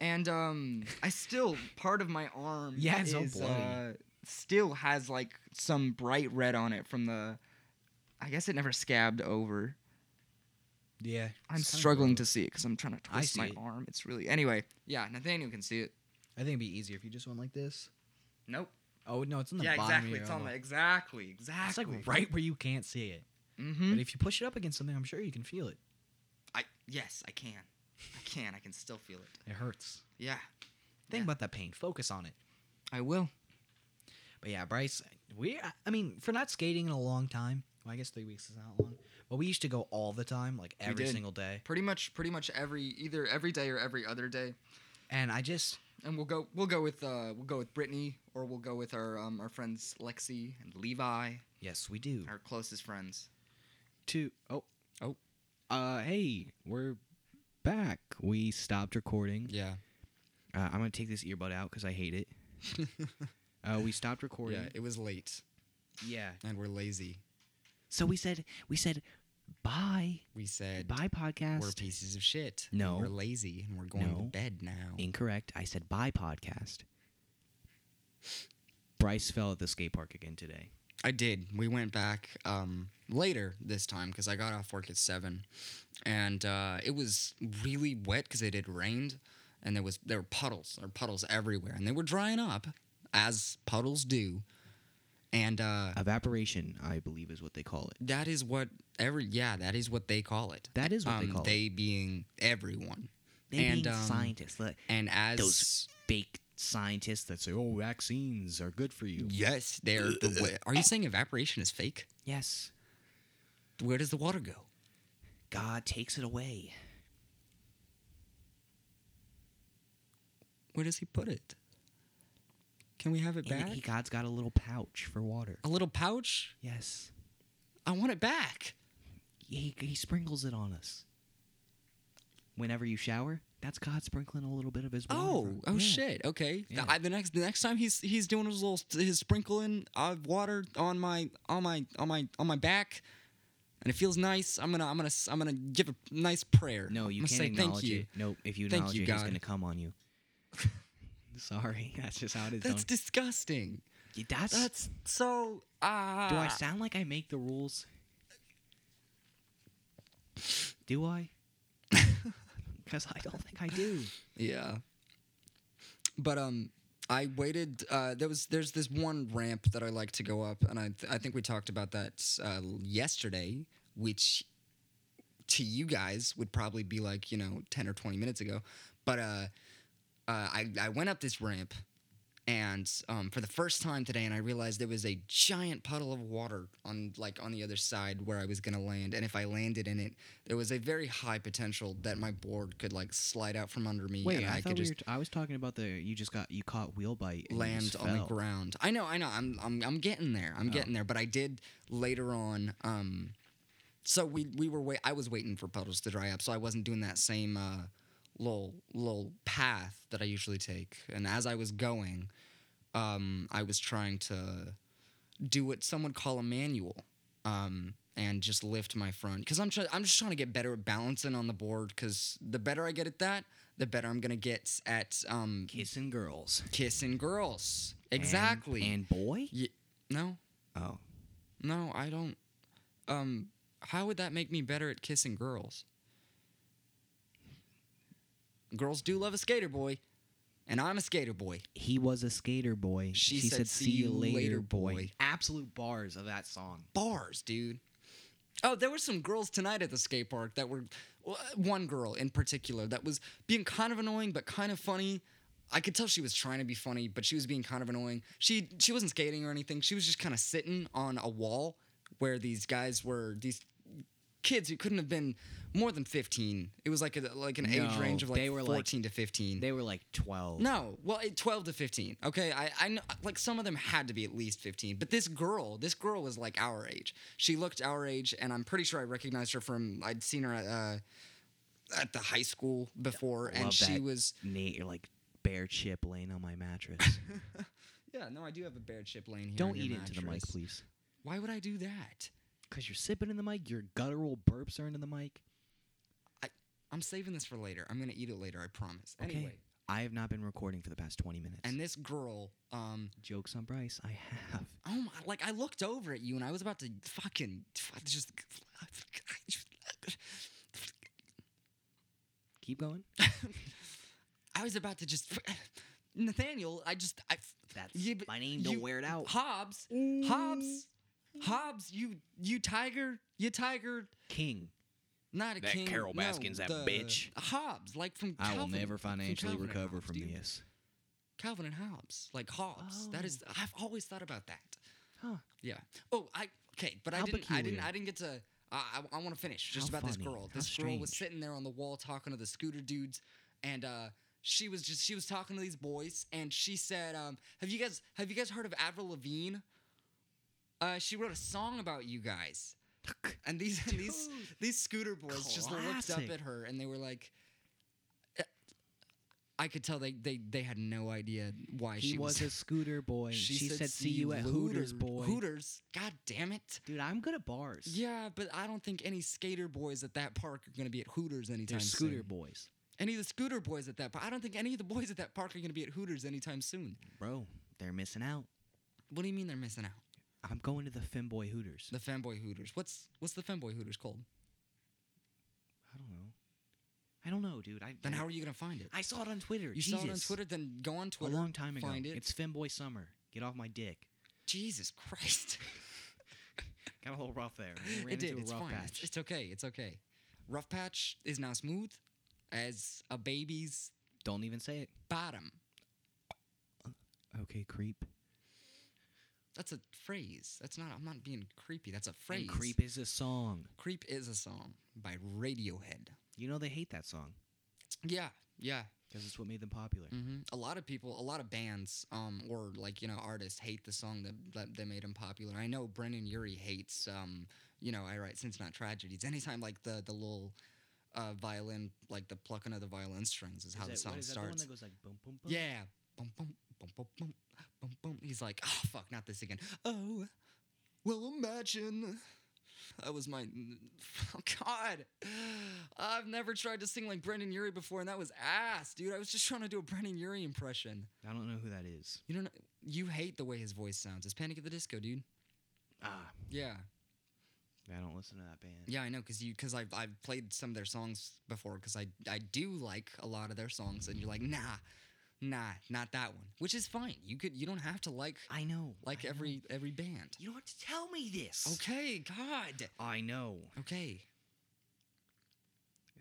Speaker 3: and um, I still part of my arm.
Speaker 4: Yeah, it's all
Speaker 3: is,
Speaker 4: bloody.
Speaker 3: uh, still has like some bright red on it from the. I guess it never scabbed over.
Speaker 4: Yeah.
Speaker 3: I'm struggling to see it because I'm trying to
Speaker 4: I
Speaker 3: twist my
Speaker 4: see it.
Speaker 3: arm. It's really anyway. Yeah, Nathaniel can see it.
Speaker 4: I think it'd be easier if you just went like this.
Speaker 3: Nope.
Speaker 4: Oh no, it's on the
Speaker 3: Yeah,
Speaker 4: bottom.
Speaker 3: exactly.
Speaker 4: Of your
Speaker 3: It's on the
Speaker 4: elbow.
Speaker 3: exactly exactly.
Speaker 4: It's like right where you can't see it.
Speaker 3: Mm-hmm.
Speaker 4: But if you push it up against something, I'm sure you can feel it.
Speaker 3: I yes, I can. I can. I can still feel it.
Speaker 4: It hurts.
Speaker 3: Yeah,
Speaker 4: Think
Speaker 3: Yeah.
Speaker 4: about that pain. Focus on it.
Speaker 3: I will.
Speaker 4: But yeah, Bryce, we, I- I mean, for not skating in a long time, well, I guess three weeks is not long, but we used to go all the time, like
Speaker 3: We
Speaker 4: every
Speaker 3: did.
Speaker 4: single day.
Speaker 3: Pretty much, pretty much every either every day or every other day,
Speaker 4: And I just,
Speaker 3: and we'll go we'll go with uh we'll go with Brittany or we'll go with our um our friends Lexi and Levi,
Speaker 4: yes, we do.
Speaker 3: our closest friends.
Speaker 4: two. Oh.
Speaker 3: Oh.
Speaker 4: Uh, hey, we're back. We stopped recording.
Speaker 3: Yeah.
Speaker 4: Uh, I'm going to take this earbud out because I hate it. Uh, we stopped recording.
Speaker 3: yeah. It was late,
Speaker 4: yeah.
Speaker 3: and we're lazy.
Speaker 4: So we said, we said, bye.
Speaker 3: We said
Speaker 4: Bye, podcast.
Speaker 3: we're pieces of shit.
Speaker 4: No.
Speaker 3: We're lazy, and we're going to
Speaker 4: No.
Speaker 3: bed now.
Speaker 4: Incorrect. I said bye, podcast. Bryce fell at the skate park again today.
Speaker 3: I did. We went back um, later this time because I got off work at seven, and uh, it was really wet because it had rained, and there was there were puddles, there were puddles everywhere, and they were drying up as puddles do, and uh,
Speaker 4: Evaporation, I believe, is what they call it.
Speaker 3: that is what every yeah that is what they call it.
Speaker 4: That is what
Speaker 3: um,
Speaker 4: they call it.
Speaker 3: being everyone,
Speaker 4: They
Speaker 3: and,
Speaker 4: being
Speaker 3: um,
Speaker 4: scientists. Look,
Speaker 3: and as
Speaker 4: Those- fake scientists that say, "Oh, vaccines are good for you."
Speaker 3: yes, they're the way.
Speaker 4: uh,
Speaker 3: Are you saying evaporation is fake?
Speaker 4: Yes,
Speaker 3: Where does the water go?
Speaker 4: God takes it away.
Speaker 3: Where does he put it? Can we have it
Speaker 4: And
Speaker 3: back?
Speaker 4: he, God's got a little pouch for water.
Speaker 3: a little pouch.
Speaker 4: Yes,
Speaker 3: I want it back.
Speaker 4: he, he sprinkles it on us. Whenever you shower, that's God sprinkling a little bit of His water.
Speaker 3: Oh,
Speaker 4: from-
Speaker 3: oh
Speaker 4: Yeah.
Speaker 3: shit. Okay. Th-
Speaker 4: Yeah.
Speaker 3: I, the next the next time he's he's doing his little his sprinkling of water on my on my on my on my back, and it feels nice. I'm gonna I'm gonna s- I'm gonna give a nice prayer.
Speaker 4: No, you
Speaker 3: I'm gonna
Speaker 4: can't
Speaker 3: say
Speaker 4: acknowledge
Speaker 3: thank you.
Speaker 4: it. No, if you
Speaker 3: Thank
Speaker 4: acknowledge
Speaker 3: you,
Speaker 4: it, he's
Speaker 3: God.
Speaker 4: gonna come on you. Sorry, that's just how it is.
Speaker 3: That's
Speaker 4: done.
Speaker 3: disgusting.
Speaker 4: Yeah, that's,
Speaker 3: That's so. Uh,
Speaker 4: Do I sound like I make the rules? Do I? Because I don't think I do.
Speaker 3: Yeah. But um I waited uh there was there's this one ramp that I like to go up and I th- I think we talked about that uh yesterday which to you guys would probably be like, you know, 10 or 20 minutes ago. But uh uh I I went up this ramp and um, for the first time today, and I realized there was a giant puddle of water on like on the other side where I was gonna land, and if I landed in it, there was a very high potential that my board could like slide out from under me,
Speaker 4: Wait,
Speaker 3: and
Speaker 4: I,
Speaker 3: I,
Speaker 4: thought
Speaker 3: could
Speaker 4: we
Speaker 3: just
Speaker 4: were t- I was talking about the you just got you caught wheel bite and you
Speaker 3: land
Speaker 4: just Oh.
Speaker 3: on the
Speaker 4: fell.
Speaker 3: ground. I know, I know. I'm I'm I'm getting there. I'm getting there. But I did later on. Um, so we we were wait. I was waiting for puddles to dry up, so I wasn't doing that same uh, little little path that I usually take. And as I was going, um, I was trying to do what some would call a manual. Um, and just lift my front because I'm trying. I'm just trying to get better at balancing on the board. Because the better I get at that, the better I'm gonna get at um,
Speaker 4: Kissing girls.
Speaker 3: kissing girls.
Speaker 4: And-
Speaker 3: Exactly.
Speaker 4: And, boy.
Speaker 3: Ye- no,
Speaker 4: Oh,
Speaker 3: no, I don't. Um, how would that make me better at kissing girls? Girls do love a skater boy, and I'm a skater boy.
Speaker 4: he was a skater boy.
Speaker 3: She said, "See you later, boy."
Speaker 4: Absolute bars of that song.
Speaker 3: Bars, dude. Oh, there were some girls tonight at the skate park that were well, one girl in particular that was being kind of annoying but kind of funny. I could tell she was trying to be funny, but she was being kind of annoying. She she wasn't skating or anything. She was just kind of sitting on a wall where these guys were these kids who couldn't have been more than 15. It was like a, like an age
Speaker 4: No,
Speaker 3: range of like
Speaker 4: they were like-
Speaker 3: 14 to 15.
Speaker 4: They were like twelve.
Speaker 3: No, well, it, twelve to fifteen. Okay, I, I know, like some of them had to be at least fifteen, but this girl, this girl was like our age. She looked our age, and I'm pretty sure I recognized her from I'd seen her at, uh, at the high school before, and
Speaker 4: Love
Speaker 3: she
Speaker 4: that.
Speaker 3: was
Speaker 4: Nate, you're like bear chip laying on my mattress.
Speaker 3: yeah. No, I do have a bear chip lane here.
Speaker 4: Don't
Speaker 3: on your
Speaker 4: eat into the mic,
Speaker 3: mattress.
Speaker 4: please.
Speaker 3: Why would I do that?
Speaker 4: Because you're sipping in the mic, your guttural burps are into the mic.
Speaker 3: I'm saving this for later. I'm gonna eat it later. I promise.
Speaker 4: Okay.
Speaker 3: Anyway,
Speaker 4: I have not been recording for the past 20 minutes.
Speaker 3: and this girl, um,
Speaker 4: jokes on Bryce, I have.
Speaker 3: Oh my! Like I looked over at you and I was about to fucking fuck, just.
Speaker 4: Keep going.
Speaker 3: I was about to just. Nathaniel, I just. I,
Speaker 4: That's
Speaker 3: Yeah, but
Speaker 4: my name. Don't
Speaker 3: you-
Speaker 4: wear it out.
Speaker 3: Hobbs, Hobbs, Hobbs, you you tiger, you tiger,
Speaker 4: King.
Speaker 3: not a
Speaker 4: That
Speaker 3: king.
Speaker 4: Carol
Speaker 3: no,
Speaker 4: Baskins, that
Speaker 3: the-
Speaker 4: bitch.
Speaker 3: Hobbs, like from.
Speaker 4: I will
Speaker 3: Calvin-
Speaker 4: never
Speaker 3: from
Speaker 4: financially
Speaker 3: Calvin and
Speaker 4: recover
Speaker 3: Hobbes,
Speaker 4: from
Speaker 3: dude.
Speaker 4: this.
Speaker 3: Calvin and Hobbes, like Hobbes. That is, I've always thought about that.
Speaker 4: Oh. Huh.
Speaker 3: Yeah. Oh, I okay, but I
Speaker 4: How
Speaker 3: didn't. I didn't.
Speaker 4: peculiar.
Speaker 3: I didn't get to. I, I, want to finish just
Speaker 4: How
Speaker 3: about this
Speaker 4: funny.
Speaker 3: girl.
Speaker 4: How
Speaker 3: This girl
Speaker 4: strange.
Speaker 3: was sitting there on the wall talking to the scooter dudes, and uh, she was just she was talking to these boys, and she said, um, "Have you guys have you guys heard of Avril Lavigne? Uh, she wrote a song about you guys." And these and these
Speaker 4: Dude.
Speaker 3: these scooter boys just looked up
Speaker 4: Classic.
Speaker 3: at her and they were like I could tell they they, they had no idea why
Speaker 4: He
Speaker 3: she
Speaker 4: was a scooter boy. She, said, "See you at Hooters,
Speaker 3: Looter-
Speaker 4: boy."
Speaker 3: Hooters. God damn it.
Speaker 4: Dude, I'm good at bars.
Speaker 3: Yeah, but I don't think any skater boys at that park are going to be at Hooters anytime
Speaker 4: They're scooter
Speaker 3: soon.
Speaker 4: boys,
Speaker 3: Any of the scooter boys at that park. I don't think any of the boys at that park are going to be at Hooters anytime soon.
Speaker 4: bro. They're missing out.
Speaker 3: What do you mean they're missing out?
Speaker 4: I'm going to the femboy Hooters.
Speaker 3: The fanboy Hooters. What's what's the fanboy Hooters called?
Speaker 4: I don't know. I don't know, dude. I
Speaker 3: Then how are you going to find it?
Speaker 4: I saw it on Twitter.
Speaker 3: You saw it on
Speaker 4: Jesus.
Speaker 3: Twitter, then go on Twitter.
Speaker 4: a long time ago.
Speaker 3: Find it.
Speaker 4: It's femboy summer. Get off my dick.
Speaker 3: Jesus Christ.
Speaker 4: Got a little rough there. Ran
Speaker 3: it did.
Speaker 4: Into a
Speaker 3: It's
Speaker 4: rough
Speaker 3: fine. It's-
Speaker 4: patch.
Speaker 3: It's, okay. It's okay. Rough patch is now smooth as a baby's
Speaker 4: Don't even say it.
Speaker 3: bottom.
Speaker 4: Okay, creep.
Speaker 3: That's a phrase. That's not. I'm not being creepy. That's a phrase.
Speaker 4: And creep is a song.
Speaker 3: Creep is a song by Radiohead.
Speaker 4: You know they hate that song
Speaker 3: Yeah. Yeah.
Speaker 4: because it's what made them popular.
Speaker 3: hmm A lot of people, a lot of bands, um, or like you know, artists hate the song that that, that made them popular. I know Brennan Urie hates, um, you know, I write since not tragedies. Anytime like the the little uh, violin, like the plucking of the violin strings, is
Speaker 4: Is
Speaker 3: how the
Speaker 4: that-
Speaker 3: song
Speaker 4: what is that
Speaker 3: starts.
Speaker 4: the one that goes like boom, boom, boom?
Speaker 3: yeah. Bum, bum, bum, bum, bum, bum, bum. He's like, oh, fuck, not this again. Oh, well, imagine. That was my. Oh, God. I've never tried to sing like Brendan Urie before, and that was ass, dude. I was just trying to do a Brendan Urie impression.
Speaker 4: I don't know who that is.
Speaker 3: You don't know. You hate the way his voice sounds. It's Panic at the Disco, dude.
Speaker 4: Ah,
Speaker 3: Yeah.
Speaker 4: I don't listen to that band.
Speaker 3: Yeah, I know, because you because I've I've played some of their songs before, because I I do like a lot of their songs, and you're like, nah, nah, not that one, which is fine. You could you don't have to like
Speaker 4: I know.
Speaker 3: like
Speaker 4: I know.
Speaker 3: every every band.
Speaker 4: You don't have to tell me this.
Speaker 3: Okay, God.
Speaker 4: I know.
Speaker 3: Okay,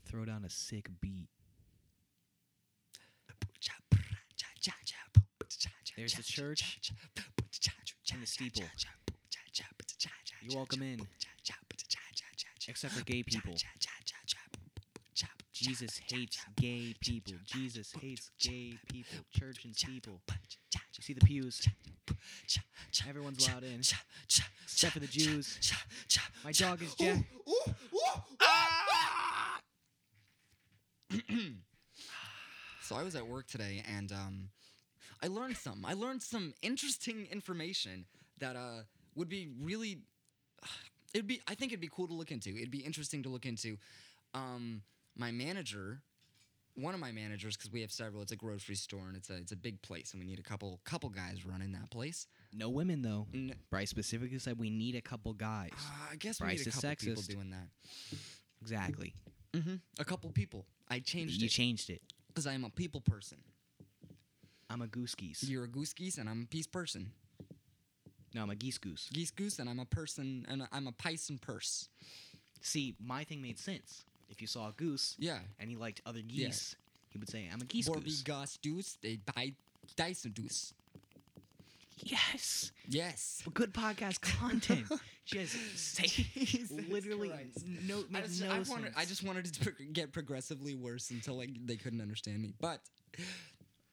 Speaker 4: Throw down a sick beat. There's the church and the steeple. You walk 'em in. Except for gay people. Jesus hates gay people. Jesus hates gay people. Church and steeple. You see the pews. Everyone's allowed in. Except for the Jews. My dog is Jack.
Speaker 3: So I was at work today and um, I learned some. I learned some interesting information that uh, would be really. It'd be. I think it'd be cool to look into. It'd be interesting to look into. Um, my manager, one of my managers, because we have several. It's a grocery store and it's a it's a big place, and we need a couple couple guys running that place.
Speaker 4: No women though.
Speaker 3: N-
Speaker 4: Bryce specifically said we need a couple guys.
Speaker 3: Uh, I guess we
Speaker 4: Bryce
Speaker 3: need a
Speaker 4: is
Speaker 3: couple people
Speaker 4: sexist.
Speaker 3: doing that.
Speaker 4: Exactly.
Speaker 3: hmm A couple people. I changed
Speaker 4: You
Speaker 3: it
Speaker 4: changed it.
Speaker 3: because I am a people person.
Speaker 4: I'm a goose geese.
Speaker 3: You're a goose geese, and I'm a peace person.
Speaker 4: No, I'm a geese goose.
Speaker 3: Geese goose, and I'm a person, and I'm a Python purse.
Speaker 4: See, my thing made sense. If you saw a goose
Speaker 3: Yeah.
Speaker 4: and he liked other geese, he would say, I'm a geese
Speaker 3: Borby
Speaker 4: goose.
Speaker 3: Goss Deuce, they buy Dyson Deuce.
Speaker 4: yes.
Speaker 3: Yes.
Speaker 4: Good podcast content. Just say
Speaker 3: Jesus
Speaker 4: literally
Speaker 3: Christ.
Speaker 4: no
Speaker 3: I,
Speaker 4: makes
Speaker 3: was,
Speaker 4: no
Speaker 3: I,
Speaker 4: sense.
Speaker 3: wanted, I just wanted it to pro- get progressively worse until like they couldn't understand me. But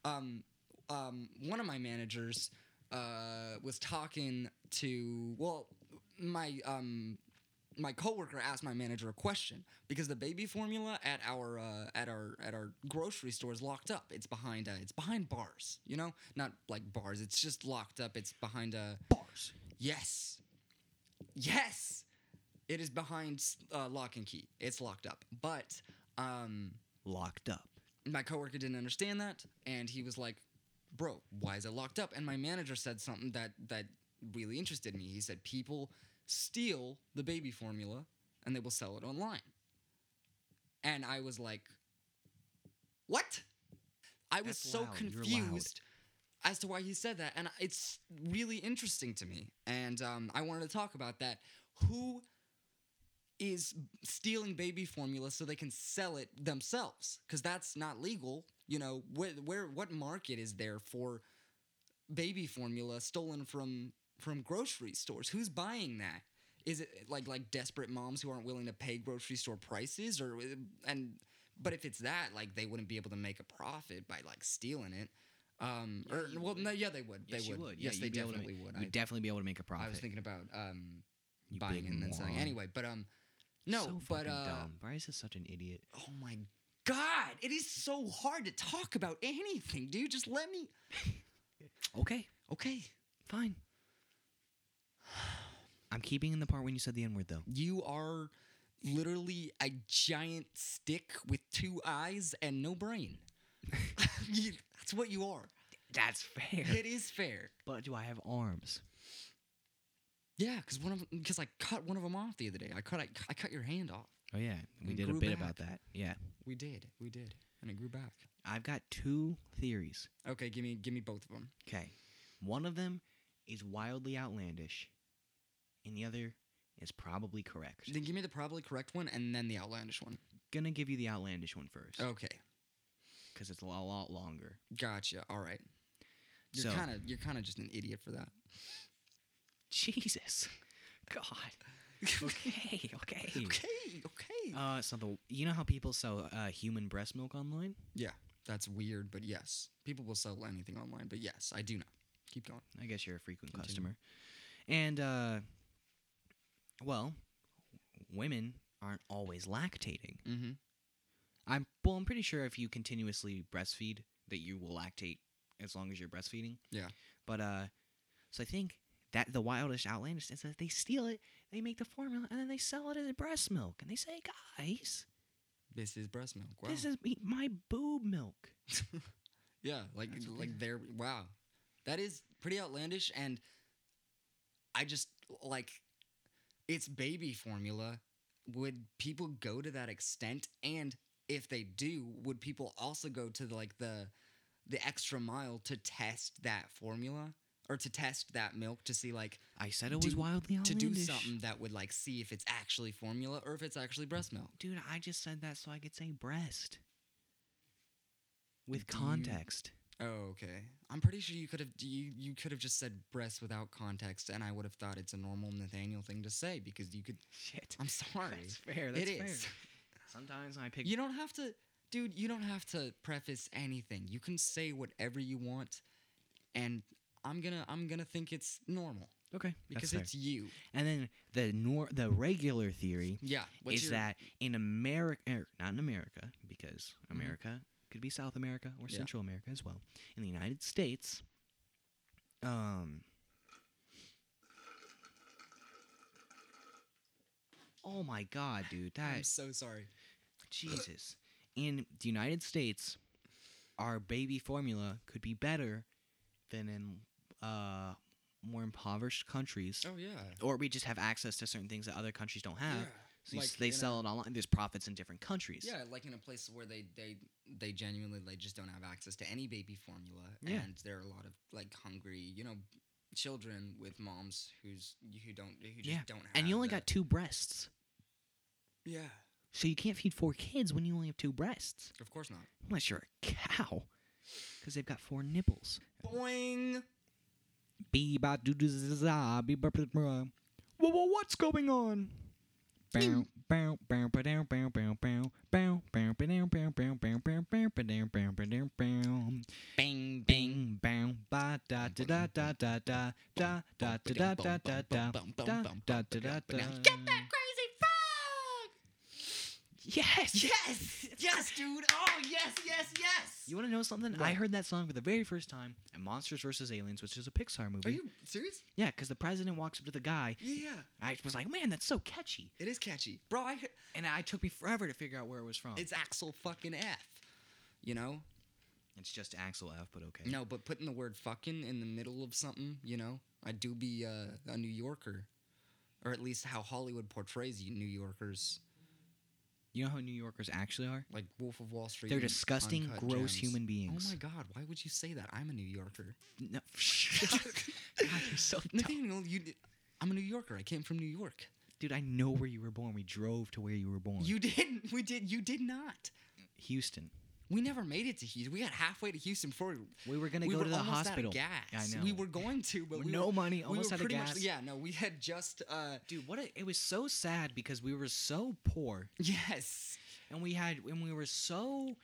Speaker 3: um, um, one of my managers uh, was talking to well, my um, my coworker asked my manager a question because the baby formula at our uh, at our at our grocery store is locked up. It's behind uh, it's behind bars, you know, not like bars. It's just locked up. It's behind uh, bars. Yes, yes, it is behind uh, lock and key. It's locked up, but um,
Speaker 4: locked up.
Speaker 3: my coworker didn't understand that, and he was like, "Bro, why is it locked up?" And my manager said something that that really interested me. He said, "People steal the baby formula, and they will sell it online." And I was like, "What?" I was
Speaker 4: That's
Speaker 3: so
Speaker 4: loud. You're loud.
Speaker 3: confused as to why he said that, and it's really interesting to me. And um, I wanted to talk about that. Who is stealing baby formula so they can sell it themselves because that's not legal. You know, where, where what market is there for baby formula stolen from from grocery stores? Who's buying that? Is it like like desperate moms who aren't willing to pay grocery store prices or and but if it's that like they wouldn't be able to make a profit by like stealing it. Um, or well, no, yeah, they would.
Speaker 4: Yes,
Speaker 3: they
Speaker 4: you
Speaker 3: would.
Speaker 4: would. Yeah,
Speaker 3: Yes, they
Speaker 4: you'd be able to
Speaker 3: definitely
Speaker 4: make-
Speaker 3: would.
Speaker 4: You'd
Speaker 3: I-
Speaker 4: definitely be able to make a profit.
Speaker 3: I was thinking about um,
Speaker 4: You
Speaker 3: buying
Speaker 4: big
Speaker 3: it and then selling. it
Speaker 4: moron.
Speaker 3: Anyway, but um, no,
Speaker 4: so
Speaker 3: but
Speaker 4: fucking
Speaker 3: uh,
Speaker 4: dumb. Bryce is such an idiot.
Speaker 3: oh my god, it is so hard to talk about anything, dude. Just let me.
Speaker 4: Okay,
Speaker 3: Okay,
Speaker 4: fine. I'm keeping in the part when you said the N word though.
Speaker 3: you are literally a giant stick with two eyes and no brain. You- That's what you are.
Speaker 4: That's fair.
Speaker 3: It is fair.
Speaker 4: But do I have arms?
Speaker 3: Yeah, because one of because I cut one of them off the other day. I cut I, I cut your hand off.
Speaker 4: Oh yeah, we
Speaker 3: It
Speaker 4: did a
Speaker 3: grew
Speaker 4: bit
Speaker 3: back.
Speaker 4: about that. Yeah,
Speaker 3: We did, we did, and it grew back.
Speaker 4: I've got two theories.
Speaker 3: Okay, give me give me both of them.
Speaker 4: Okay, one of them is wildly outlandish, and the other is probably correct.
Speaker 3: Then give me the probably correct one and then the outlandish one.
Speaker 4: Gonna give you the outlandish one first
Speaker 3: Okay,
Speaker 4: because it's a lot, lot longer.
Speaker 3: gotcha. All right. You're
Speaker 4: So-
Speaker 3: kind of you're kind of just an idiot for that.
Speaker 4: Jesus, God. Okay, okay.
Speaker 3: Okay, okay.
Speaker 4: Uh, so the you know how people sell uh, human breast milk online?
Speaker 3: That's weird, but yes, people will sell anything online. But yes, I do know. Keep going.
Speaker 4: I guess you're a frequent
Speaker 3: Continue.
Speaker 4: customer. And uh, well, women aren't always lactating.
Speaker 3: Mm-hmm.
Speaker 4: I'm well. I'm pretty sure if you continuously breastfeed, that you will lactate as long as you're breastfeeding.
Speaker 3: Yeah.
Speaker 4: But uh, so I think that the wildest outlandish is that they steal it, they make the formula, and then they sell it as breast milk, and they say, guys,
Speaker 3: This is breast milk. Wow.
Speaker 4: this is me- my boob milk.
Speaker 3: yeah, like
Speaker 4: That's what they
Speaker 3: like there. Wow, that is pretty outlandish, and I just like it's baby formula. Would people go to that extent? And if they do, would people also go to the, like the the extra mile to test that formula or to test that milk to see like
Speaker 4: I said it
Speaker 3: Do-
Speaker 4: was wildly
Speaker 3: to
Speaker 4: outlandish.
Speaker 3: do something that would like see if it's actually formula or if it's actually breast milk?
Speaker 4: dude. I just said that so I could say breast with
Speaker 3: Do you-
Speaker 4: context.
Speaker 3: Oh, okay. I'm pretty sure you could have you, you could have just said breast without context, and I would have thought it's a normal Nathaniel thing to say because you could.
Speaker 4: Shit,
Speaker 3: I'm sorry.
Speaker 4: that's fair. That's
Speaker 3: It is.
Speaker 4: fair. Sometimes I pick.
Speaker 3: You don't have to, dude. You don't have to preface anything. You can say whatever you want, and I'm gonna I'm gonna think it's normal
Speaker 4: okay,
Speaker 3: because
Speaker 4: that's fair.
Speaker 3: it's you.
Speaker 4: And then the nor the regular theory
Speaker 3: Yeah.
Speaker 4: is that in America, er, not in America, because America could be South America or
Speaker 3: Mm-hmm. Yeah.
Speaker 4: Central America as well. In the United States, um, oh my God, dude,
Speaker 3: I'm
Speaker 4: that
Speaker 3: so sorry.
Speaker 4: Jesus. In the United States, our baby formula could be better than in uh, more impoverished countries,
Speaker 3: Oh yeah.
Speaker 4: or we just have access to certain things that other countries don't have.
Speaker 3: yeah.
Speaker 4: So you s-
Speaker 3: Like,
Speaker 4: they
Speaker 3: in a-
Speaker 4: sell it online. There's profits in different countries.
Speaker 3: Yeah, like in a place where they they they genuinely like just don't have access to any baby formula,
Speaker 4: Yeah.
Speaker 3: and there are a lot of like hungry, you know, children with moms who's who don't who just
Speaker 4: Yeah,
Speaker 3: don't have.
Speaker 4: And you only
Speaker 3: the-
Speaker 4: got two breasts.
Speaker 3: Yeah,
Speaker 4: So you can't feed four kids when you only have two breasts.
Speaker 3: of course not.
Speaker 4: Unless you're a cow. Because they've got four nipples.
Speaker 3: Boing.
Speaker 4: Bee ba doo doo za bee ba blah, blah. Whoa, whoa, what's going on? Bow, bow, bow, ba down, bow, bow, bow, bow, bow, ba down, bow, bow, bow, bow, bow, ba down, bow, ba down, bow.
Speaker 3: Bang
Speaker 4: Bing, bow, ba, da, da, da, da, da, da, da, da, da, da, da, da, da, da, da, da, da, da.
Speaker 3: crazy frog!
Speaker 4: Yes!
Speaker 3: Yes, yes, dude. Oh yes, yes, yes.
Speaker 4: You want to know something? I
Speaker 3: What?
Speaker 4: heard that song for the very first time at Monsters vs. Aliens, which is a Pixar movie.
Speaker 3: are you serious?
Speaker 4: Yeah, because the president walks up to the guy.
Speaker 3: Yeah,
Speaker 4: I was like, man, that's so catchy.
Speaker 3: it is catchy, bro. I, hear-
Speaker 4: And I took me forever to figure out where it was from.
Speaker 3: it's Axel fucking F. You know,
Speaker 4: It's just Axel F, but okay.
Speaker 3: No, but putting the word fucking in the middle of something, you know, I do be uh, a New Yorker, or at least how Hollywood portrays you New Yorkers,
Speaker 4: You know how New Yorkers actually are?
Speaker 3: like Wolf of Wall Street.
Speaker 4: They're
Speaker 3: and
Speaker 4: disgusting,
Speaker 3: Uncut
Speaker 4: gross
Speaker 3: Gems.
Speaker 4: human
Speaker 3: Oh
Speaker 4: beings.
Speaker 3: my God! Why would you say that? I'm a New Yorker.
Speaker 4: No. God, you're so dumb.
Speaker 3: Nathaniel, you. d- I'm a New Yorker. I came from New York.
Speaker 4: Dude, I know where you were born. We drove to where you were born.
Speaker 3: You didn't. We did. You did not.
Speaker 4: Houston.
Speaker 3: We never made it to Houston. We got halfway to Houston before
Speaker 4: We were going to
Speaker 3: we
Speaker 4: go
Speaker 3: were
Speaker 4: to the
Speaker 3: almost
Speaker 4: hospital.
Speaker 3: out of
Speaker 4: I
Speaker 3: gas.
Speaker 4: know.
Speaker 3: We were going to, but
Speaker 4: With
Speaker 3: we
Speaker 4: no
Speaker 3: were,
Speaker 4: money, almost
Speaker 3: we
Speaker 4: out
Speaker 3: were
Speaker 4: of
Speaker 3: pretty
Speaker 4: gas.
Speaker 3: Much, yeah, no, we had just. uh
Speaker 4: Dude, what a, it was so sad because we were so poor
Speaker 3: Yes.
Speaker 4: and we had and we were so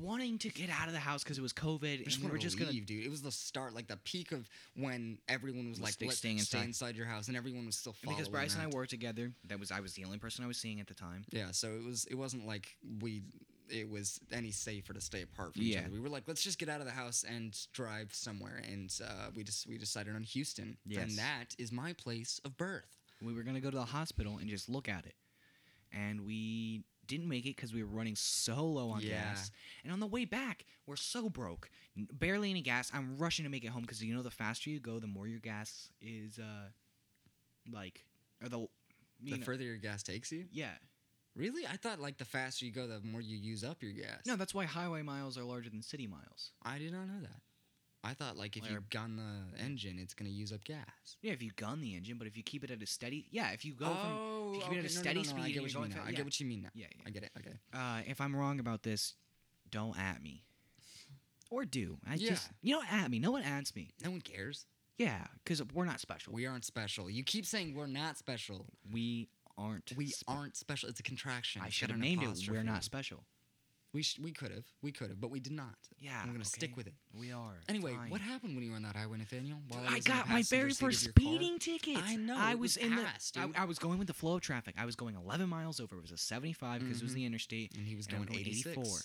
Speaker 4: wanting to get out of the house because it was COVID,
Speaker 3: just
Speaker 4: and we
Speaker 3: wanted
Speaker 4: were
Speaker 3: to
Speaker 4: just gonna
Speaker 3: leave, dude. It was the start, like the peak of when everyone was
Speaker 4: Let's
Speaker 3: like,
Speaker 4: stay-
Speaker 3: "Let's
Speaker 4: staying
Speaker 3: stay
Speaker 4: inside."
Speaker 3: inside your house," and everyone was still
Speaker 4: And
Speaker 3: following.
Speaker 4: because Bryce and
Speaker 3: that.
Speaker 4: I worked together. That was I was the only person I was seeing at the time.
Speaker 3: Yeah, so it was. It wasn't like we. It was any safer to stay apart from each
Speaker 4: Yeah.
Speaker 3: other. We were like, let's just get out of the house and drive somewhere, and uh, we just we decided on Houston,
Speaker 4: Yes.
Speaker 3: and that is my place of birth.
Speaker 4: We were gonna go to the hospital and just look at it, and we didn't make it because we were running so low on
Speaker 3: Yeah.
Speaker 4: gas. And on the way back, we're so broke, n- barely any gas. I'm rushing to make it home because you know the faster you go, the more your gas is, uh, like, or the, you
Speaker 3: the
Speaker 4: know-
Speaker 3: further your gas takes you,
Speaker 4: yeah.
Speaker 3: really, I thought like the faster you go, the more you use up your gas.
Speaker 4: No, that's why highway miles are larger than city miles.
Speaker 3: I did not know that. I thought like if
Speaker 4: Like
Speaker 3: you
Speaker 4: our-
Speaker 3: gun the engine, it's gonna use up gas.
Speaker 4: Yeah, if you gun the engine, but if you keep it at a steady, yeah, if you go from
Speaker 3: oh,
Speaker 4: if you keep it at a steady speed
Speaker 3: I
Speaker 4: and
Speaker 3: get
Speaker 4: you're
Speaker 3: what you
Speaker 4: going
Speaker 3: mean. Now.
Speaker 4: fa-
Speaker 3: I
Speaker 4: yeah.
Speaker 3: get what you mean now.
Speaker 4: yeah, yeah.
Speaker 3: I get it. Okay.
Speaker 4: uh, if I'm wrong about this, don't at me. Or do. I
Speaker 3: Yeah.
Speaker 4: just you know at me. No one ats me.
Speaker 3: No one cares.
Speaker 4: Yeah, because we're not special. We,
Speaker 3: We aren't special. You keep saying we're not special.
Speaker 4: aren't.
Speaker 3: We
Speaker 4: spe-
Speaker 3: aren't special. It's a contraction.
Speaker 4: I
Speaker 3: It's
Speaker 4: should
Speaker 3: got
Speaker 4: have
Speaker 3: an
Speaker 4: named it.
Speaker 3: apostrophe.
Speaker 4: We're not special.
Speaker 3: We sh- we could have. We could have, but we did not.
Speaker 4: Yeah,
Speaker 3: I'm gonna
Speaker 4: okay.
Speaker 3: stick with it.
Speaker 4: We are.
Speaker 3: Anyway,
Speaker 4: Fine.
Speaker 3: what happened when you were on that highway, Nathaniel? While
Speaker 4: I
Speaker 3: was in the
Speaker 4: got my
Speaker 3: passenger
Speaker 4: very
Speaker 3: seat of
Speaker 4: first
Speaker 3: your car?
Speaker 4: speeding ticket.
Speaker 3: I know,
Speaker 4: I
Speaker 3: it
Speaker 4: was,
Speaker 3: was
Speaker 4: in
Speaker 3: passed,
Speaker 4: the. I-
Speaker 3: dude.
Speaker 4: I, was going with the flow of traffic. I was going 11 miles over. It was a 75 because it
Speaker 3: Mm-hmm.
Speaker 4: was the interstate.
Speaker 3: And he was
Speaker 4: and I
Speaker 3: going,
Speaker 4: was
Speaker 3: 86.
Speaker 4: 84.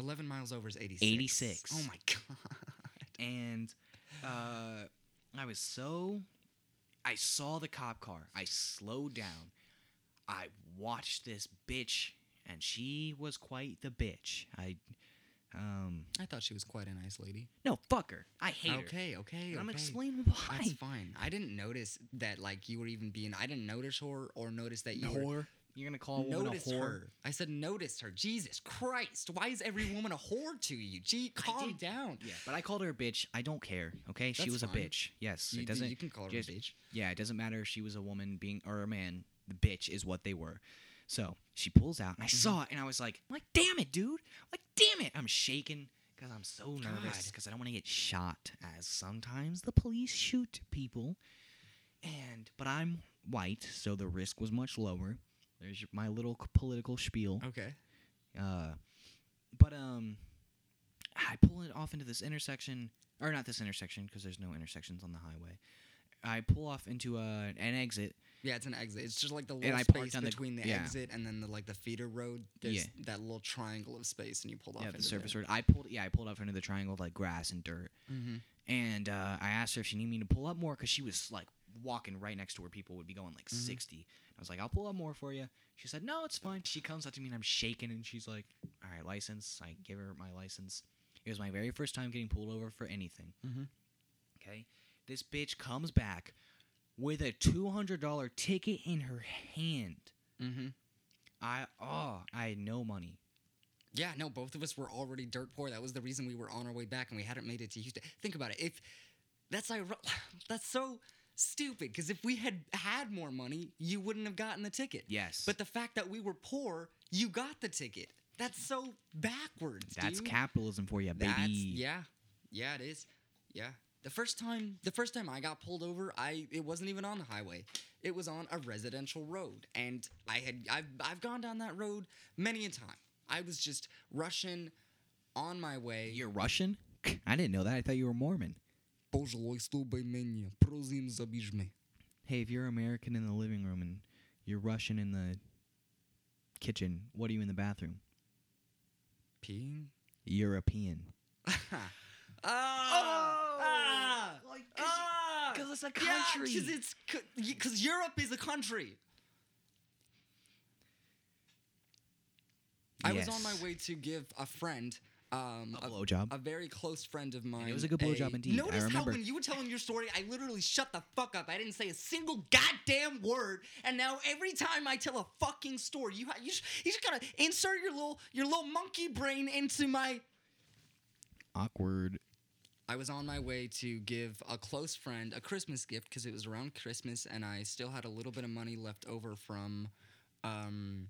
Speaker 3: 11 miles over is 86.
Speaker 4: 86.
Speaker 3: Oh my god.
Speaker 4: and uh, I was so. I saw the cop car. I slowed down. I watched this bitch, and she was quite the bitch. I, um,
Speaker 3: I thought she was quite a nice lady.
Speaker 4: no fuck her. I hate her.
Speaker 3: okay, okay.
Speaker 4: And I'm
Speaker 3: okay.
Speaker 4: explaining why.
Speaker 3: That's fine. I didn't notice that like you were even being. I didn't notice her or notice that you were.
Speaker 4: Whore. You're gonna call a woman
Speaker 3: Notice
Speaker 4: a whore?
Speaker 3: her. I said notice her. Jesus Christ! Why is every woman a whore to you? Gee, calm
Speaker 4: did-
Speaker 3: down.
Speaker 4: Yeah, but I called her a bitch. I don't care. Okay, she
Speaker 3: That's
Speaker 4: was a
Speaker 3: fine.
Speaker 4: bitch. Yes,
Speaker 3: You,
Speaker 4: it
Speaker 3: do-
Speaker 4: doesn't.
Speaker 3: you can call her
Speaker 4: just-
Speaker 3: a bitch.
Speaker 4: Yeah, it doesn't matter if she was a woman being or a man. The bitch is what they were. So she pulls out, and I saw it, and I was like, "Like, damn it, dude! Like, damn it!" I'm shaking because I'm so nervous
Speaker 3: God.
Speaker 4: because I don't want to get shot. As sometimes the police shoot people, and but I'm white, so the risk was much lower. There's your- my little c- political spiel.
Speaker 3: Okay.
Speaker 4: Uh, but um, I pull it off into this intersection, or not this intersection, because there's no intersections on the highway. I pull off into a, an exit.
Speaker 3: Yeah, it's an exit. It's just like the
Speaker 4: I
Speaker 3: little
Speaker 4: parked
Speaker 3: space
Speaker 4: on the-
Speaker 3: between the,
Speaker 4: yeah.
Speaker 3: exit and then the like the feeder road. There's that little triangle of space, and you pulled off.
Speaker 4: yeah, the surface road. I pulled. Yeah, I pulled off into the triangle of like grass and dirt.
Speaker 3: Mm-hmm.
Speaker 4: And uh, I asked her if she needed me to pull up more because she was like walking right next to where people would be going like
Speaker 3: Mm-hmm.
Speaker 4: 60. I was like, I'll pull up more for you. She said, No, it's fine. She comes up to me and I'm shaking and she's like, All right, license. I give her my license. It was my very first time getting pulled over for anything.
Speaker 3: Mhm.
Speaker 4: Okay. This bitch comes back with a $200 ticket in her hand.
Speaker 3: Mm-hmm.
Speaker 4: I, oh, I had no money.
Speaker 3: Yeah, no, both of us were already dirt poor. That was the reason we were on our way back and we hadn't made it to Houston. Think about it. If that's ir- that's so stupid because if we had had more money, you wouldn't have gotten the ticket.
Speaker 4: Yes.
Speaker 3: But the fact that we were poor, you got the ticket. That's so backwards.
Speaker 4: that's
Speaker 3: dude.
Speaker 4: capitalism for you, baby.
Speaker 3: That's yeah, yeah, it is. Yeah, the first time, the first time I got pulled over, I it wasn't even on the highway. It was on a residential road, and I had I've I've gone down that road many a time. I was just rushing on my way.
Speaker 4: You're Russian? I didn't know that. I thought you were Mormon. hey, if you're American in the living room and you're Russian in the kitchen, what are you in the bathroom?
Speaker 3: peeing.
Speaker 4: European.
Speaker 3: Ah!
Speaker 4: Oh! Like,
Speaker 3: Ah!
Speaker 4: it's a
Speaker 3: Yeah, because it's because Europe is a country. I was on my
Speaker 4: Yes.
Speaker 3: way to give a friend um,
Speaker 4: A blowjob.
Speaker 3: a very close friend of mine.
Speaker 4: it was a good blowjob indeed, I
Speaker 3: Notice how
Speaker 4: remember.
Speaker 3: when you were telling your story, I literally shut the fuck up. I didn't say a single goddamn word. And now every time I tell a fucking story, you ha- you, sh- you just gotta insert your little your little monkey brain into my
Speaker 4: Awkward.
Speaker 3: I was on my way to give a close friend a Christmas gift because it was around Christmas and I still had a little bit of money left over from um